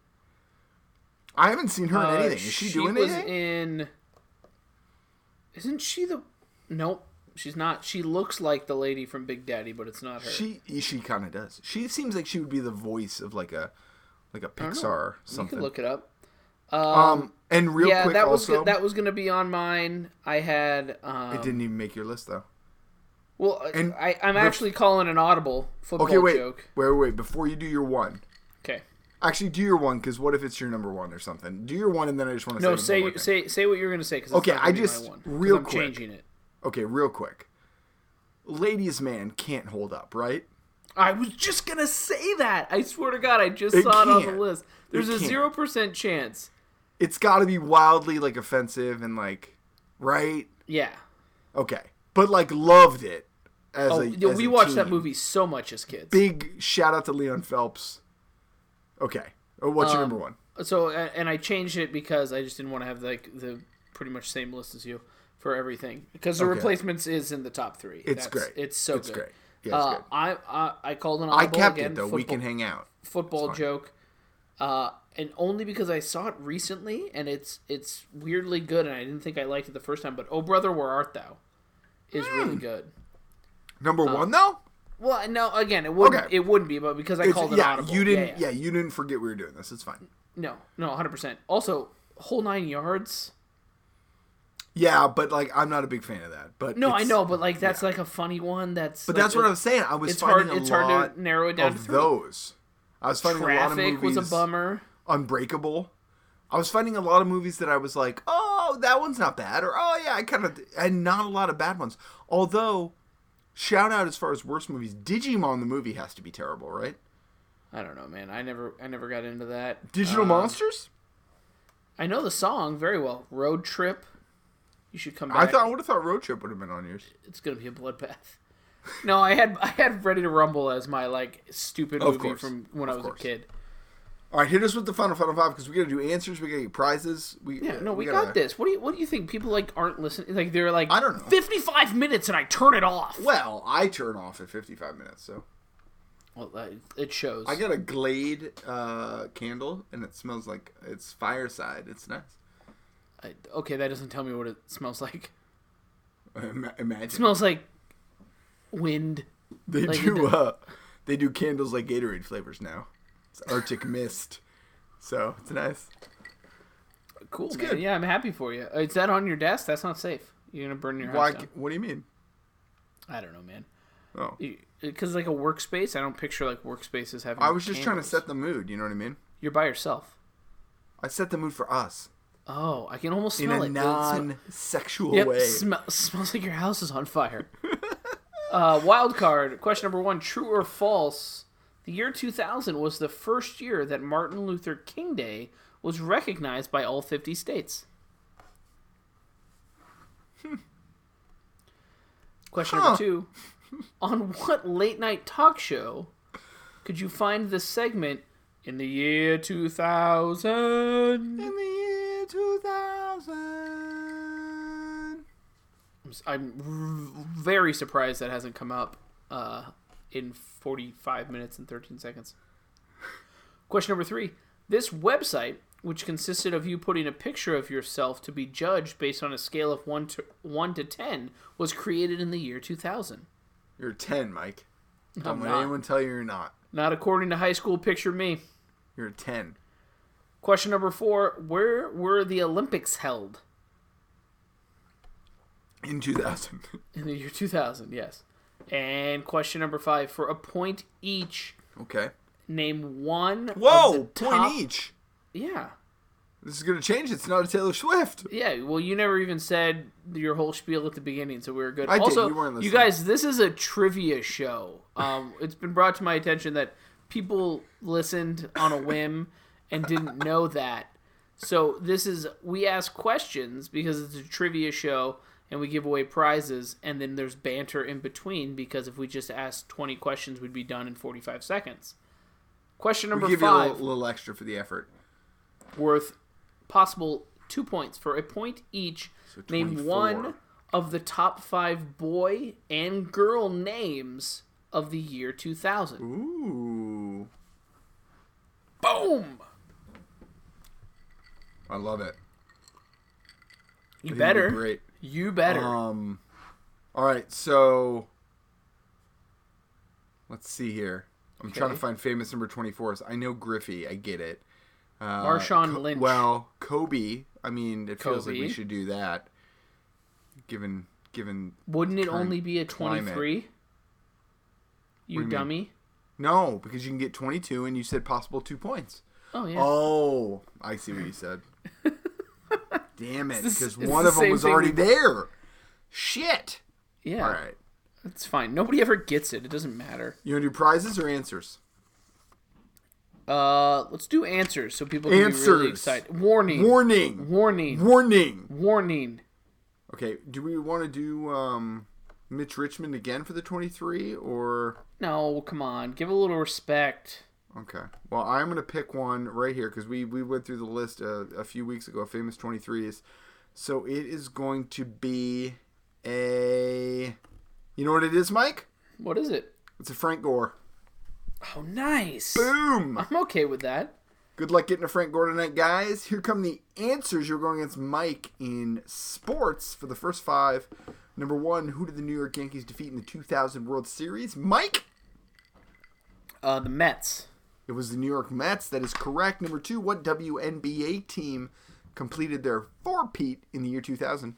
Speaker 1: I haven't seen her
Speaker 2: Uh,
Speaker 1: in anything. Is she, doing
Speaker 2: was
Speaker 1: anything?
Speaker 2: in. Isn't she the? Nope, she's not. She looks like the lady from Big Daddy, but it's not her.
Speaker 1: She she kind of does. She seems like she would be the voice of like a like a Pixar or
Speaker 2: you
Speaker 1: something.
Speaker 2: can look it up.
Speaker 1: um, and real
Speaker 2: yeah,
Speaker 1: quick
Speaker 2: that was
Speaker 1: also,
Speaker 2: go- that was gonna be on mine. I had. Um,
Speaker 1: it didn't even make your list though.
Speaker 2: Well,
Speaker 1: And
Speaker 2: I, I'm
Speaker 1: the-
Speaker 2: actually calling an audible football
Speaker 1: Okay, wait,
Speaker 2: joke.
Speaker 1: wait, wait, wait. Before you do your one,
Speaker 2: Okay.
Speaker 1: actually do your one because what if it's your number one or something? Do your one and then I just want to
Speaker 2: No,
Speaker 1: say, one more
Speaker 2: say
Speaker 1: thing.
Speaker 2: say say what you're gonna say. Cause
Speaker 1: Okay,
Speaker 2: it's not gonna
Speaker 1: I
Speaker 2: be my
Speaker 1: just-
Speaker 2: one, 'cause
Speaker 1: real
Speaker 2: I'm
Speaker 1: quick.
Speaker 2: changing it.
Speaker 1: Okay, real quick. Ladies' man can't hold up, right?
Speaker 2: I was just gonna say that. I swear to God, I just
Speaker 1: It
Speaker 2: saw it on the
Speaker 1: can't.
Speaker 2: list. There's
Speaker 1: It
Speaker 2: a
Speaker 1: can't.
Speaker 2: zero percent chance.
Speaker 1: It's got to be wildly like offensive and like, right?
Speaker 2: Yeah.
Speaker 1: Okay, but like loved it as
Speaker 2: Oh,
Speaker 1: a.
Speaker 2: yeah,
Speaker 1: as
Speaker 2: we
Speaker 1: a
Speaker 2: watched that
Speaker 1: teen.
Speaker 2: movie so much as kids.
Speaker 1: Big shout out to Leon Phelps. Okay, oh, what's
Speaker 2: Um,
Speaker 1: your number one?
Speaker 2: So a- and I changed it because I just didn't want to have like the pretty much same list as you for everything because the
Speaker 1: Okay.
Speaker 2: replacements is in the top three.
Speaker 1: It's great.
Speaker 2: It's so
Speaker 1: It's
Speaker 2: good.
Speaker 1: great. Yeah, it's
Speaker 2: uh,
Speaker 1: good.
Speaker 2: I, I I called an
Speaker 1: I
Speaker 2: audible
Speaker 1: kept
Speaker 2: again.
Speaker 1: it though. We
Speaker 2: football-
Speaker 1: can hang out.
Speaker 2: football joke, uh, and only because I saw it recently, and it's it's weirdly good, and I didn't think I liked it the first time. But Oh Brother, Where Art Thou is
Speaker 1: Hmm.
Speaker 2: really good.
Speaker 1: Number
Speaker 2: Uh,
Speaker 1: one though.
Speaker 2: Well, no, again, it wouldn't
Speaker 1: Okay.
Speaker 2: it wouldn't be, but because I
Speaker 1: It's-
Speaker 2: called it
Speaker 1: yeah,
Speaker 2: audible.
Speaker 1: you didn't.
Speaker 2: Yeah,
Speaker 1: Yeah, you didn't forget we were doing this. It's fine.
Speaker 2: no, no, one hundred percent. Also, whole nine yards.
Speaker 1: Yeah, but like I'm not a big fan of that. But
Speaker 2: No, I
Speaker 1: it's-
Speaker 2: know, but like that's like a funny one. That's
Speaker 1: But
Speaker 2: like,
Speaker 1: that's what I was saying. I was
Speaker 2: It's
Speaker 1: finding
Speaker 2: hard.
Speaker 1: a
Speaker 2: It's
Speaker 1: lot
Speaker 2: hard to narrow it down to
Speaker 1: of
Speaker 2: three.
Speaker 1: those. I was finding a lot of
Speaker 2: Traffic
Speaker 1: movies.
Speaker 2: was a bummer.
Speaker 1: Unbreakable. I was finding a lot of movies that I was like, oh, that one's not bad, or oh yeah, I kind of, and not a lot of bad ones. Although, shout out as far as worst movies, Digimon the movie has to be terrible, right?
Speaker 2: I don't know, man. I never, I never got into that.
Speaker 1: Digital
Speaker 2: Um,
Speaker 1: Monsters.
Speaker 2: I know the song very well. Road trip. You should come back.
Speaker 1: I thought I would have thought Road Trip would have been on yours.
Speaker 2: it's gonna be a bloodbath. No, I had I had Ready to Rumble as my like stupid
Speaker 1: Of
Speaker 2: movie
Speaker 1: course.
Speaker 2: from when I
Speaker 1: Of
Speaker 2: was
Speaker 1: course.
Speaker 2: a kid.
Speaker 1: All right, hit us with the final final five because we got to do answers, we got to get prizes. We
Speaker 2: Yeah, no, we,
Speaker 1: gotta-
Speaker 2: got this. What do you what do you think people like aren't listening? Like they're like
Speaker 1: I don't know.
Speaker 2: fifty five minutes and I turn it off.
Speaker 1: Well, I turn off at 55 minutes, so
Speaker 2: Well, uh, it shows.
Speaker 1: I got a Glade uh, candle, and it smells like it's fireside. It's nice.
Speaker 2: I- okay, that doesn't tell me what it smells like.
Speaker 1: Ima- Imagine
Speaker 2: It smells like wind.
Speaker 1: they
Speaker 2: like
Speaker 1: do.
Speaker 2: it-
Speaker 1: Uh, they do candles like Gatorade flavors now. It's Arctic Mist, so it's nice.
Speaker 2: Cool, man.
Speaker 1: good.
Speaker 2: Yeah, I'm happy for you. Is that on your desk? That's not safe. You're gonna burn your house
Speaker 1: Why?
Speaker 2: down.
Speaker 1: What do you mean?
Speaker 2: I don't know, man.
Speaker 1: Oh.
Speaker 2: Because uh, like a workspace, I don't picture like workspaces having.
Speaker 1: I was just trying to
Speaker 2: candles.
Speaker 1: set the mood. You know what I mean?
Speaker 2: You're by yourself.
Speaker 1: I set the mood for us
Speaker 2: Oh, I can almost
Speaker 7: in
Speaker 2: smell
Speaker 7: a
Speaker 2: it. It
Speaker 7: non-sexual
Speaker 2: sm-
Speaker 7: way.
Speaker 2: yep, smell- smells like your house is on fire. uh, wild card question number one: True or false? The year 2000 was the first year that Martin Luther King Day was recognized by all 50 states. Question
Speaker 7: Huh.
Speaker 2: number two: On what late-night talk show could you find the segment in the year 2000?
Speaker 1: in the year two thousand.
Speaker 2: I'm r- very surprised that hasn't come up uh, in 45 minutes and 13 seconds. Question number three. This website, which consisted of you putting a picture of yourself to be judged based on a scale of 1 to, one to 10, was created in the year 2000.
Speaker 1: You're ten, Mike.
Speaker 2: I'm
Speaker 1: Don't let
Speaker 2: not.
Speaker 1: anyone tell you you're not.
Speaker 2: Not according to High School Picture Me.
Speaker 1: You're a ten.
Speaker 2: Question number four. Where were the Olympics held?
Speaker 1: In two thousand.
Speaker 2: In the year 2000, yes. And question number five. For a point each,
Speaker 1: okay.
Speaker 2: name one. of the
Speaker 1: Whoa,
Speaker 2: top-
Speaker 1: point each.
Speaker 2: Yeah.
Speaker 1: This is gonna change. It's not a Taylor Swift.
Speaker 2: Yeah, well, you never even said your whole spiel at the beginning, so we were good.
Speaker 1: I did,
Speaker 2: also,
Speaker 1: you weren't listening.
Speaker 2: guys, this is a trivia show. Um, it's been brought to my attention that people listened on a whim and didn't know that. So this is we ask questions because it's a trivia show and we give away prizes and then there's banter in between because if we just asked 20 questions we'd be done in 45 seconds. Question number
Speaker 1: we give
Speaker 2: 5
Speaker 1: you a little, little extra for the effort.
Speaker 2: worth possible two points for a point each. Name
Speaker 1: 24.
Speaker 2: one of the top five boy and girl names of the year 2000.
Speaker 1: Ooh,
Speaker 2: Boom!
Speaker 1: I love it.
Speaker 2: You
Speaker 1: It'd be
Speaker 2: better.
Speaker 1: Great.
Speaker 2: You better.
Speaker 1: Um. All right, so let's see here. I'm trying to
Speaker 2: Okay.
Speaker 1: find famous number 24s. I know Griffey. I get it. Uh,
Speaker 2: Marshawn Lynch.
Speaker 1: Well, Kobe. I mean, it feels like we
Speaker 2: Kobe.
Speaker 1: should do that. Given, given.
Speaker 2: Wouldn't it
Speaker 1: current
Speaker 2: only be a
Speaker 1: climate.
Speaker 2: 23?
Speaker 1: What do
Speaker 2: You
Speaker 1: you mean?
Speaker 2: dummy.
Speaker 1: No, because you can get 22, and you said possible two points.
Speaker 2: Oh, yeah.
Speaker 1: Oh, I see what you said. Damn it!
Speaker 2: It's the s-
Speaker 1: Because
Speaker 2: it's
Speaker 1: one
Speaker 2: the
Speaker 1: of them
Speaker 2: same
Speaker 1: was
Speaker 2: thing
Speaker 1: already
Speaker 2: we-
Speaker 1: there. Shit.
Speaker 2: yeah.
Speaker 1: All right.
Speaker 2: It's fine. Nobody ever gets it. It doesn't matter.
Speaker 1: You want to do prizes or answers?
Speaker 2: Uh, let's do answers so people can be really
Speaker 1: Answers.
Speaker 2: excited. Warning.
Speaker 1: Warning.
Speaker 2: Warning.
Speaker 1: Warning.
Speaker 2: Warning.
Speaker 1: Okay, do we want to do um, Mitch Richmond again for the 23 or
Speaker 2: No, come on. Give a little respect.
Speaker 1: okay. Well, I'm going to pick one right here cuz we we went through the list uh, a few weeks ago of famous 23s. So it is going to be a You know what it is, Mike?
Speaker 2: What is it?
Speaker 1: It's a Frank Gore.
Speaker 2: Oh, nice.
Speaker 1: Boom.
Speaker 2: I'm okay with that.
Speaker 1: Good luck getting a Frank Gore tonight, guys. Here come the answers. You're going against Mike in sports for the first 5. Number 1, who did the New York Yankees defeat in the 2000 World Series? Mike
Speaker 2: Uh, the Mets.
Speaker 1: It was the New York Mets. That is correct. Number two, what WNBA team completed their four-peat in the year 2000?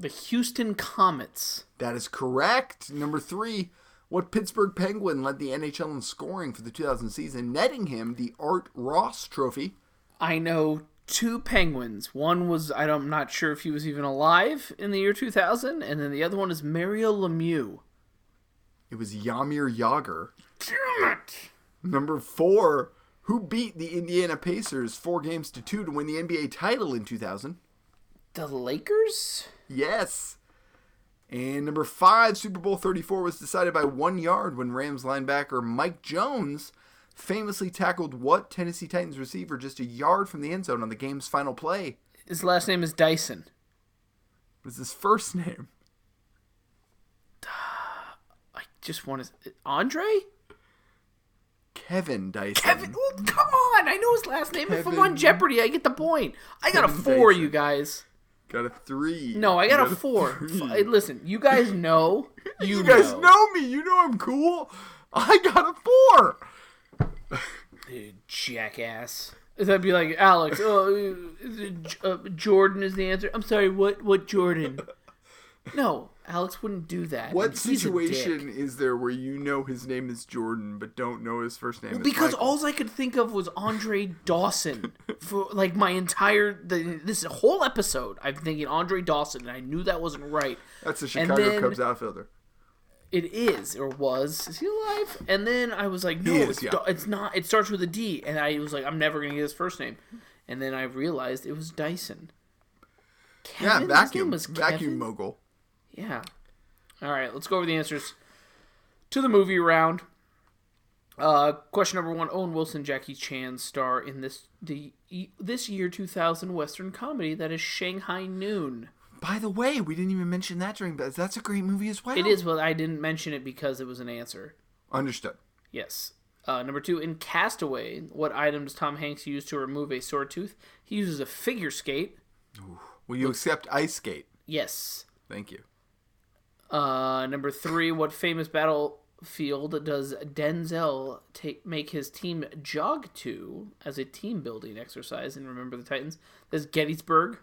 Speaker 2: The Houston Comets.
Speaker 1: That is correct. Number three, what Pittsburgh Penguin led the NHL in scoring for the 2000 season, netting him the Art Ross Trophy?
Speaker 2: I know two Penguins. One was, I don't, I'm not sure if he was even alive in the year 2000, and then the other one is Mario Lemieux.
Speaker 1: It was Yamir Yager.
Speaker 2: Damn it!
Speaker 1: Number four, who beat the Indiana Pacers four games to two to win the NBA title in 2000?
Speaker 2: The Lakers?
Speaker 1: Yes. And number five, Super Bowl 34 was decided by one yard when Rams linebacker Mike Jones famously tackled what Tennessee Titans receiver just a yard from the end zone on the game's final play?
Speaker 2: His last name is Dyson.
Speaker 1: What is his first name?
Speaker 2: I just want to. Andre?
Speaker 1: Kevin Dyson.
Speaker 2: Kevin? Well, come on! I know his last name. If I'm on
Speaker 1: Kevin-
Speaker 2: Jeopardy, I get the point. I got a
Speaker 1: Kevin
Speaker 2: four,
Speaker 1: Dyson.
Speaker 2: you guys.
Speaker 1: Got a three.
Speaker 2: No, I
Speaker 1: You
Speaker 2: got a four.
Speaker 1: three.
Speaker 2: F- Listen, you guys know. You,
Speaker 1: You guys know me. You know I'm cool. I got a four.
Speaker 2: Dude, jackass. That'd be like Alex. Oh, uh, J- uh, Jordan is the answer. I'm sorry. What? What Jordan? No, Alex wouldn't do that.
Speaker 1: What
Speaker 2: He's a dick.
Speaker 1: situation is there where you know his name is Jordan but don't know his first name? is
Speaker 2: Because
Speaker 1: Michael?
Speaker 2: alls all I could think of was Andre Dawson for like my entire the, this whole episode. I'm thinking Andre Dawson, and I knew that wasn't right.
Speaker 1: that's the
Speaker 2: and
Speaker 1: Chicago
Speaker 2: then-
Speaker 1: Cubs outfielder.
Speaker 2: It is or was. Is he alive? And then I was like, no,
Speaker 1: is,
Speaker 2: it's,
Speaker 1: yeah.
Speaker 2: Da- it's not. It starts with a D, and I was like, I'm never gonna get his first name. And then I realized it was Dyson.
Speaker 1: Yeah,
Speaker 2: Kevin? His
Speaker 1: vacuum
Speaker 2: name was
Speaker 1: vacuum
Speaker 2: Kevin?
Speaker 1: mogul.
Speaker 2: Yeah. All right, let's go over the answers to the movie round. Uh, question number one: Owen Wilson, Jackie Chan star in this the this year 2000 Western comedy that is Shanghai Noon.
Speaker 1: By the way, we didn't even mention that during Buzz. That's a great movie as well.
Speaker 2: It is, but I didn't mention it because it was an answer.
Speaker 1: understood.
Speaker 2: Yes. Uh, number two, in Castaway, what item does Tom Hanks use to remove a sore tooth? He uses a figure skate.
Speaker 1: Will you accept ice skate?
Speaker 2: Yes.
Speaker 1: Thank you.
Speaker 2: Uh, number three, what famous battlefield does Denzel take make his team jog to as a team building exercise? And remember the Titans. That's Gettysburg.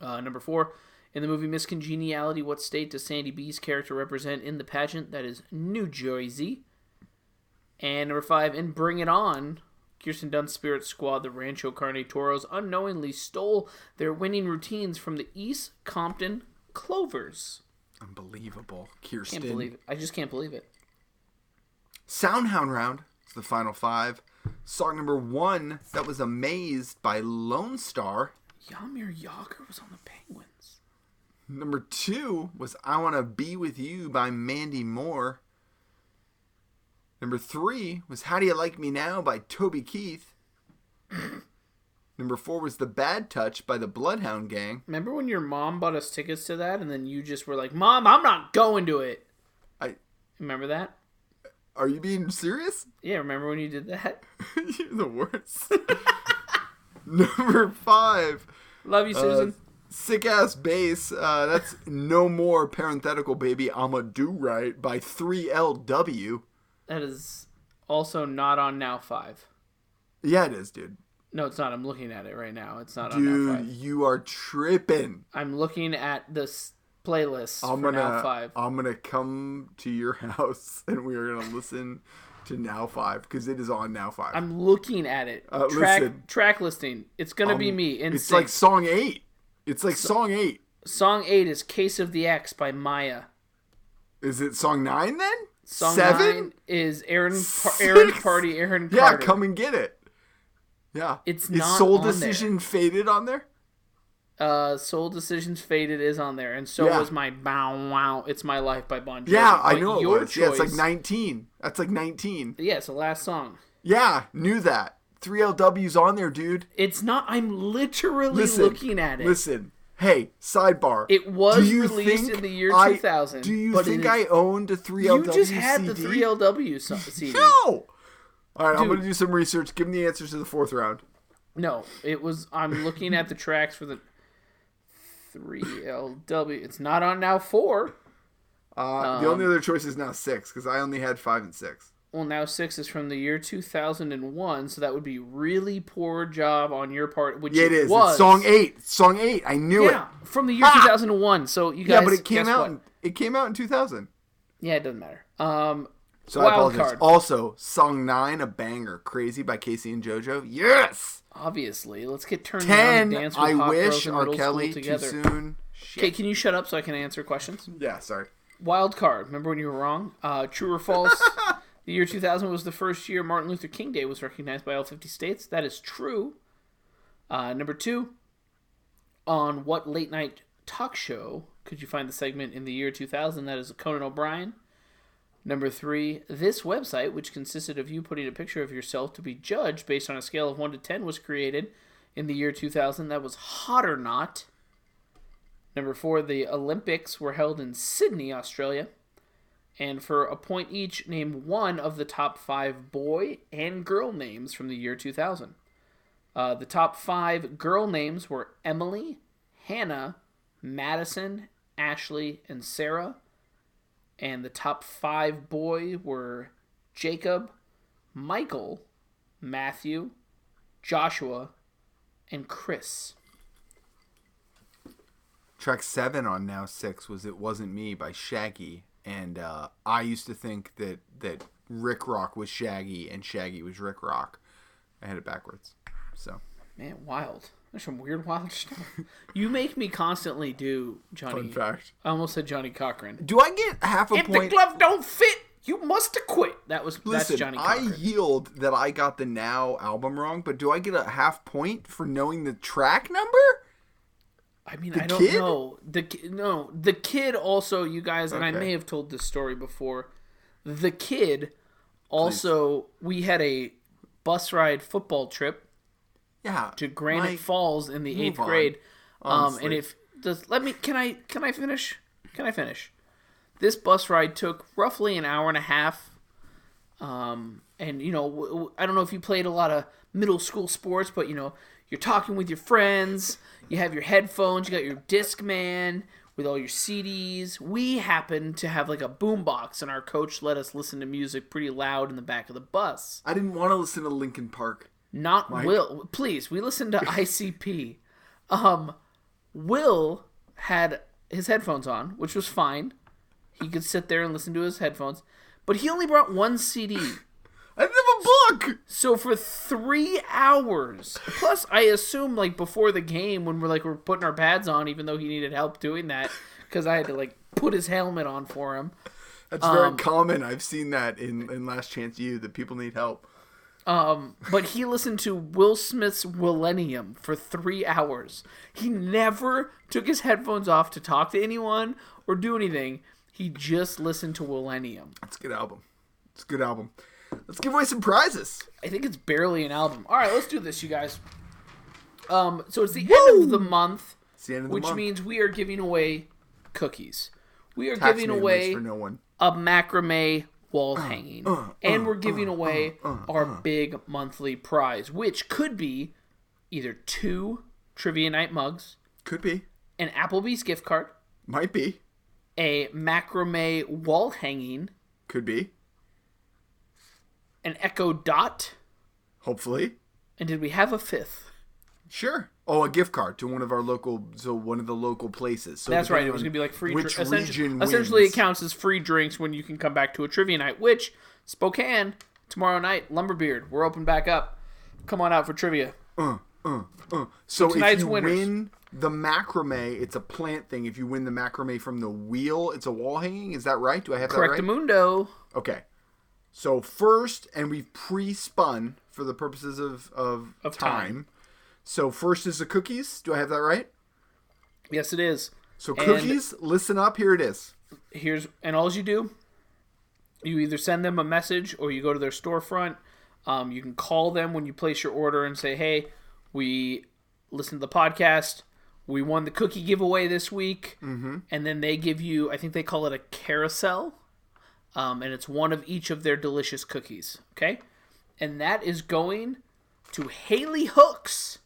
Speaker 2: Uh, number four, in the movie Miss Congeniality, what state does Sandy B's character represent in the pageant? That is New Jersey. And number five, in Bring It On, Kirsten Dunst's Spirit Squad, the Rancho Carne Toros, unknowingly stole their winning routines from the East Compton Clovers.
Speaker 1: Unbelievable,
Speaker 2: Can't
Speaker 1: Kirsten.
Speaker 2: believe it. I just can't believe it.
Speaker 1: Soundhound round. It's the final five. Song number one that was amazed by Lone Star.
Speaker 2: Yamir Yager was on the Penguins.
Speaker 1: Number two was I Wanna Be With You by Mandy Moore. Number three was How Do You Like Me Now by Toby Keith. Number four was The Bad Touch by the Bloodhound Gang.
Speaker 2: Remember when your mom bought us tickets to that and then you just were like, Mom, I'm not going to it.
Speaker 1: I
Speaker 2: Remember that?
Speaker 1: are you being serious?
Speaker 2: Yeah, remember when you did that?
Speaker 1: You're the worst. Number five,
Speaker 2: Love
Speaker 1: Uh,
Speaker 2: you, Susan.
Speaker 1: sick ass bass. Uh, that's no more parenthetical baby. I'ma do right by 3LW.
Speaker 2: that is also not on Now 5.
Speaker 1: Yeah, it is, dude.
Speaker 2: No, it's not. I'm looking at it right now. It's not on Now
Speaker 1: Dude,
Speaker 2: 5.
Speaker 1: you are tripping.
Speaker 2: I'm looking at this playlist
Speaker 1: I'm
Speaker 2: for
Speaker 1: gonna uh,
Speaker 2: Now 5.
Speaker 1: I'm gonna come to your house and we are gonna listen to Now Five because it is on Now 5
Speaker 2: I'm looking at it.
Speaker 1: Uh,
Speaker 2: track
Speaker 1: listen. Um,
Speaker 2: track listing. It's gonna be me. And
Speaker 1: it's like song eight. It's like song eight.
Speaker 2: song eight is "Case of the X" by Maya.
Speaker 1: Is it song nine then?
Speaker 2: Song
Speaker 1: Seven?
Speaker 2: nine is Aaron Par-
Speaker 1: Six?
Speaker 2: Aaron Party Aaron
Speaker 1: Yeah,
Speaker 2: Carter.
Speaker 1: come and get it. Yeah,
Speaker 2: It's
Speaker 1: Is
Speaker 2: not
Speaker 1: Soul
Speaker 2: on
Speaker 1: Decision faded on there.
Speaker 2: Uh, Soul Decisions Faded is on there, and so
Speaker 1: Yeah.
Speaker 2: was my Bow Wow. It's My Life by Bon Jovi.
Speaker 1: Yeah, I
Speaker 2: But
Speaker 1: know it
Speaker 2: your
Speaker 1: was. Yeah, it's like
Speaker 2: choice-
Speaker 1: nineteen. That's like nineteen.
Speaker 2: Yeah, it's the last song.
Speaker 1: Yeah, knew that. Three LW's on there, dude.
Speaker 2: It's not. I'm literally
Speaker 1: Listen,
Speaker 2: looking at it.
Speaker 1: Listen, hey, sidebar.
Speaker 2: It was
Speaker 1: Do you
Speaker 2: released
Speaker 1: think
Speaker 2: in the year
Speaker 1: I-
Speaker 2: 2000,
Speaker 1: do you
Speaker 2: but it
Speaker 1: think
Speaker 2: is-
Speaker 1: I owned a 3LW
Speaker 2: You just had the
Speaker 1: CD?
Speaker 2: three LW so- CD.
Speaker 1: No. All right, I'm
Speaker 2: Dude.
Speaker 1: gonna do some research. Give me the answers to the fourth round.
Speaker 2: No, it was. I'm looking at the tracks for the three LW. It's not on now four.
Speaker 1: Uh, the
Speaker 2: Um,
Speaker 1: only other choice is now six because I only had five and six.
Speaker 2: Well, now six is from the year 2001, so that would be really poor job on your part. Which
Speaker 1: Yeah, it is.
Speaker 2: Was.
Speaker 1: It's song eight. It's song eight. I knew
Speaker 2: Yeah,
Speaker 1: it.
Speaker 2: from the year
Speaker 1: Ha!
Speaker 2: 2001. So you guys.
Speaker 1: yeah, but it came
Speaker 2: guess
Speaker 1: out.
Speaker 2: what?
Speaker 1: In, it came out in 2000.
Speaker 2: Yeah, it doesn't matter. Um,
Speaker 1: So I
Speaker 2: Wild
Speaker 1: apologize.
Speaker 2: card.
Speaker 1: Also, song nine, a banger, "Crazy" by Casey and JoJo. Yes.
Speaker 2: obviously, let's get turned around and
Speaker 1: Ten.
Speaker 2: dance with
Speaker 1: I
Speaker 2: Pop
Speaker 1: wish
Speaker 2: Broke in
Speaker 1: R.
Speaker 2: middle
Speaker 1: Kelly
Speaker 2: school
Speaker 1: too
Speaker 2: together.
Speaker 1: soon.
Speaker 2: Okay, can you shut up so I can answer questions?
Speaker 1: Yeah. Sorry.
Speaker 2: Wild card. Remember when you were wrong? Uh, true or false? the year 2000 was the first year Martin Luther King Day was recognized by all 50 states. That is true. Uh, number two. On what late night talk show could you find the segment in the year 2000? That is Conan O'Brien. Number three, this website, which consisted of you putting a picture of yourself to be judged based on a scale of 1 to 10, was created in the year 2000. That was Hot or Not. Number four, the Olympics were held in Sydney, Australia. And for a point each, name one of the top five boy and girl names from the year 2000. Uh, the top five girl names were Emily, Hannah, Madison, Ashley, and Sarah. And the top five boy were Jacob, Michael, Matthew, Joshua, and Chris.
Speaker 1: Track seven on Now Six was "It Wasn't Me" by Shaggy, and uh, I used to think that that Rick Rock was Shaggy and Shaggy was Rick Rock. I had it backwards, so
Speaker 2: Man, wild. There's some weird wild stuff. You make me constantly do Johnny.
Speaker 1: fun fact.
Speaker 2: I almost said Johnny Cochran.
Speaker 1: Do I get half a
Speaker 2: If
Speaker 1: point?
Speaker 2: the glove don't fit, you must have quit. That was
Speaker 1: Listen,
Speaker 2: that's Johnny
Speaker 1: I
Speaker 2: Cochran.
Speaker 1: yield that I got the Now album wrong, but do I get a half point for knowing the track number?
Speaker 2: I mean, I don't
Speaker 1: kid?
Speaker 2: know. The ki- no, the kid also you guys and I
Speaker 1: Okay.
Speaker 2: may have told this story before. The kid also we had a bus ride football trip
Speaker 1: Yeah.
Speaker 2: to Granite
Speaker 1: Mike,
Speaker 2: Falls in the 8th
Speaker 1: on,
Speaker 2: grade. Um and
Speaker 1: honestly.
Speaker 2: if does let me can I can I finish? Can I finish? This bus ride took roughly an hour and a half. Um and you know, w- w- I don't know if you played a lot of middle school sports, but you know, you're talking with your friends, you have your headphones, you got your Discman with all your CDs. We happened to have like a boombox and our coach let us listen to music pretty loud in the back of the bus.
Speaker 1: I didn't want to listen to Linkin Park.
Speaker 2: Not Will. Please, we listened to ICP. Um, Will had his headphones on, which was fine. He could sit there and listen to his headphones, but he only brought one CD.
Speaker 1: I didn't have a book.
Speaker 2: So for three hours, plus I assume like before the game when we're like we're putting our pads on, even though he needed help doing that because I had to like put his helmet on for him.
Speaker 1: That's
Speaker 2: Um,
Speaker 1: very common. I've seen that in, in Last Chance U that people need help.
Speaker 2: but he listened to Will Smith's Millennium for three hours. He never took his headphones off to talk to anyone or do anything. He just listened to Millennium.
Speaker 1: It's a good album. It's a good album. Let's give away some prizes.
Speaker 2: I think it's barely an album. All right, let's do this, you guys. Um, so it's the end of the month,
Speaker 1: It's the end of the
Speaker 2: which
Speaker 1: month.
Speaker 2: means we are giving away cookies. We are
Speaker 1: Tax
Speaker 2: giving
Speaker 1: man
Speaker 2: away
Speaker 1: lives for no one.
Speaker 2: a macrame wall
Speaker 1: Uh,
Speaker 2: hanging. and we're giving away our big monthly prize, which could be either two trivia night mugs,
Speaker 1: Could be,
Speaker 2: an Applebee's gift card,
Speaker 1: might be,
Speaker 2: a macrame wall hanging,
Speaker 1: could be.
Speaker 2: an Echo Dot,
Speaker 1: Hopefully,
Speaker 2: and did we have a fifth?
Speaker 1: sure. Oh, a gift card to one of our local, so one of the local places. So
Speaker 2: That's right.
Speaker 1: depending
Speaker 2: It was
Speaker 1: on
Speaker 2: going to be like free.
Speaker 1: Which
Speaker 2: dri- essentially,
Speaker 1: region
Speaker 2: essentially, it
Speaker 1: wins.
Speaker 2: counts as free drinks when you can come back to a trivia night. Which Spokane tomorrow night, Lumberbeard, we're open back up. Come on out for trivia.
Speaker 1: Uh, So if
Speaker 2: tonight's
Speaker 1: you
Speaker 2: winners.
Speaker 1: win the macrame, it's a plant thing. If you win the macrame from the wheel, it's a wall hanging. Is that right? Do I have
Speaker 2: Correct
Speaker 1: that right?
Speaker 2: Mundo.
Speaker 1: Okay. So first, and we've pre-spun for the purposes of of,
Speaker 2: Of time.
Speaker 1: So first is the cookies. Do I have that right?
Speaker 2: Yes, it is.
Speaker 1: So
Speaker 2: And-
Speaker 1: cookies. listen up. Here it is.
Speaker 2: here's and all you do you either send them a message or you go to their storefront um, you can call them when you place your order and say hey we listened to the podcast we won the cookie giveaway this week mm-hmm. and then they give you i think they call it a carousel um, and it's one of each of their delicious cookies okay and that is going to haley hooks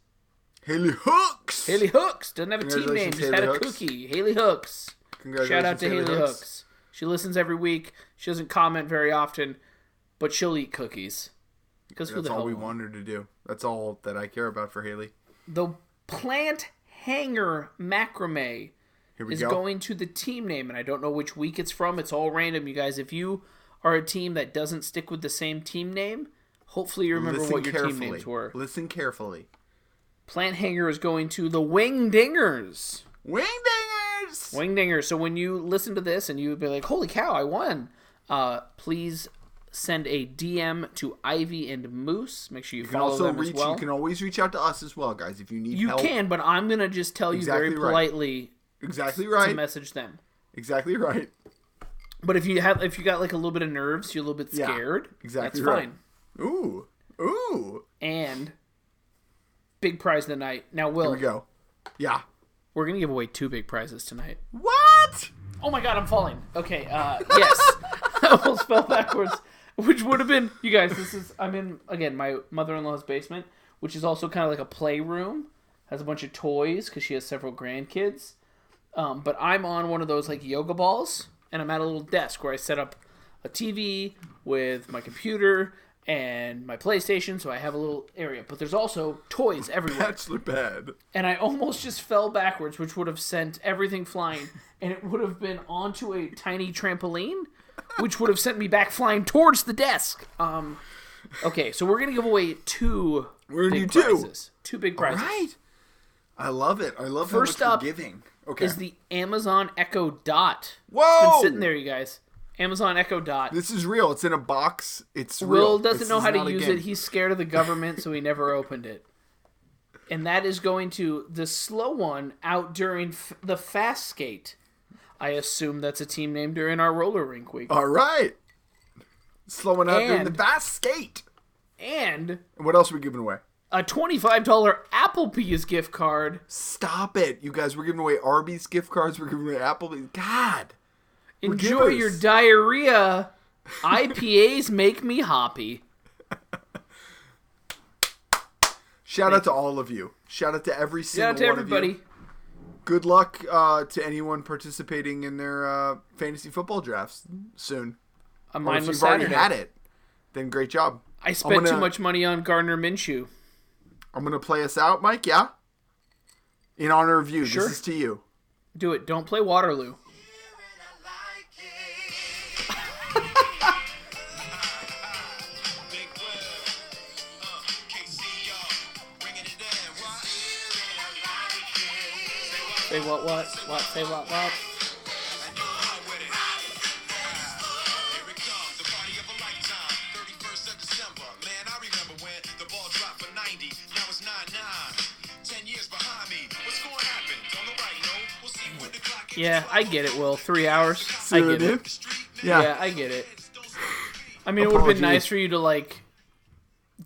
Speaker 1: Haley Hooks.
Speaker 2: haley hooks doesn't have a team name
Speaker 1: Congratulations,
Speaker 2: just had a
Speaker 1: Haley Hooks.
Speaker 2: cookie haley hooks
Speaker 1: Congratulations,
Speaker 2: Shout out to Haley, Hooks. She listens every week. She doesn't comment very often, but she'll eat cookies. Because who
Speaker 1: That's
Speaker 2: the
Speaker 1: all
Speaker 2: hell?
Speaker 1: we
Speaker 2: knows?
Speaker 1: want her to do. That's all that I care about for Haley.
Speaker 2: The plant hanger macrame
Speaker 1: Here we
Speaker 2: is
Speaker 1: go.
Speaker 2: going to the team name, and I don't know which week it's from. It's all random, you guys. If you are a team that doesn't stick with the same team name, hopefully you remember
Speaker 1: Listen
Speaker 2: what your
Speaker 1: carefully.
Speaker 2: team names were.
Speaker 1: Listen carefully.
Speaker 2: Plant hanger is going to the wing dingers.
Speaker 1: Wingdingers.
Speaker 2: Wingdinger. So when you listen to this and you would be like, "Holy cow, I won!" Uh, please send a DM to Ivy and Moose. Make sure you,
Speaker 1: You can
Speaker 2: follow
Speaker 1: also
Speaker 2: them
Speaker 1: reach.
Speaker 2: as well.
Speaker 1: You can always reach out to us as well, guys. If you need
Speaker 2: You
Speaker 1: help.
Speaker 2: can, but I'm gonna just tell you very
Speaker 1: Exactly right.
Speaker 2: politely
Speaker 1: Exactly
Speaker 2: to
Speaker 1: right.
Speaker 2: message them.
Speaker 1: Exactly right.
Speaker 2: But if you have, if you got like a little bit of nerves, you're a little bit
Speaker 1: Yeah,
Speaker 2: scared.
Speaker 1: exactly
Speaker 2: That's
Speaker 1: right.
Speaker 2: fine.
Speaker 1: Ooh. Ooh.
Speaker 2: And big prize tonight. Now, Will,
Speaker 1: Here we go. Yeah.
Speaker 2: we're gonna give away two big prizes tonight.
Speaker 1: What?
Speaker 2: Oh my god, I'm falling. Okay, uh, yes. I will spell backwards, which would have been, you guys, this is, I'm in, again, my mother in law's basement, which is also kind of like a playroom. Has a bunch of toys because she has several grandkids. Um, but I'm on one of those like yoga balls, and I'm at a little desk where I set up a TV with my computer and my PlayStation, so I have a little area. But there's also toys everywhere.
Speaker 1: Bachelor pad.
Speaker 2: and I almost just fell backwards, which would have sent everything flying, and it would have been onto a tiny trampoline, which would have sent me back flying towards the desk. Um, okay, so we're gonna give away two
Speaker 1: We're gonna
Speaker 2: big
Speaker 1: do two.
Speaker 2: prizes. Two big prizes.
Speaker 1: Right. I love it. I love
Speaker 2: First
Speaker 1: how much
Speaker 2: up
Speaker 1: we're giving. Okay.
Speaker 2: Is the Amazon Echo Dot? It's
Speaker 1: Whoa!
Speaker 2: been sitting there, you guys. Amazon Echo Dot.
Speaker 1: This is real. It's in a box. It's real.
Speaker 2: Will doesn't
Speaker 1: This
Speaker 2: know
Speaker 1: is
Speaker 2: how to
Speaker 1: not a
Speaker 2: use
Speaker 1: game.
Speaker 2: it. He's scared of the government, so he never opened it. And that is going to the slow one out during f- the fast skate. I assume that's a team name during our roller rink week.
Speaker 1: All right. Slowing up during the
Speaker 2: And-
Speaker 1: fast skate.
Speaker 2: and
Speaker 1: What else are we giving away?
Speaker 2: a twenty-five dollar Applebee's gift card.
Speaker 1: Stop it, you guys. We're giving away Arby's gift cards. We're giving away Applebee's. God.
Speaker 2: Enjoy
Speaker 1: givers.
Speaker 2: your diarrhea. IPAs make me hoppy.
Speaker 1: Shout out to all of you. Shout out to every single
Speaker 2: Shout out to
Speaker 1: one of
Speaker 2: everybody.
Speaker 1: you. Good luck uh, to anyone participating in their uh, fantasy football drafts soon.
Speaker 2: Uh,
Speaker 1: Or
Speaker 2: Mine
Speaker 1: if
Speaker 2: was
Speaker 1: you've
Speaker 2: Saturday.
Speaker 1: already had it, then great job.
Speaker 2: I spent
Speaker 1: gonna-
Speaker 2: too much money on Gardner Minshew.
Speaker 1: I'm gonna play us out, Mike. Yeah. In honor of you,
Speaker 2: Sure.
Speaker 1: this is to you.
Speaker 2: Do it. Don't play Waterloo.
Speaker 3: Big word, uh, KCR, bringing it down. What?
Speaker 2: Say what? What? What? Say what? What?
Speaker 3: Here it comes, the party of a lifetime. 31st of December, man, I remember when the ball dropped for 90. Now it's 9-9. 10 years behind me. What's going to happen? Don't nobody know. We'll see when the clock hits
Speaker 2: Yeah, I get it, Will. Three hours. I
Speaker 1: what I
Speaker 2: get
Speaker 1: did?
Speaker 2: it.
Speaker 3: the street.
Speaker 1: Yeah.
Speaker 2: Yeah, I get it. I mean, it would have
Speaker 1: Apologies.
Speaker 2: been nice for you to like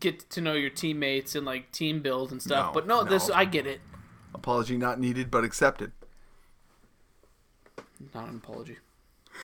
Speaker 2: get to know your teammates and like team build and stuff.
Speaker 1: No,
Speaker 2: but no, this
Speaker 1: no.
Speaker 2: I get it.
Speaker 1: Apology not needed, but accepted.
Speaker 2: Not an apology.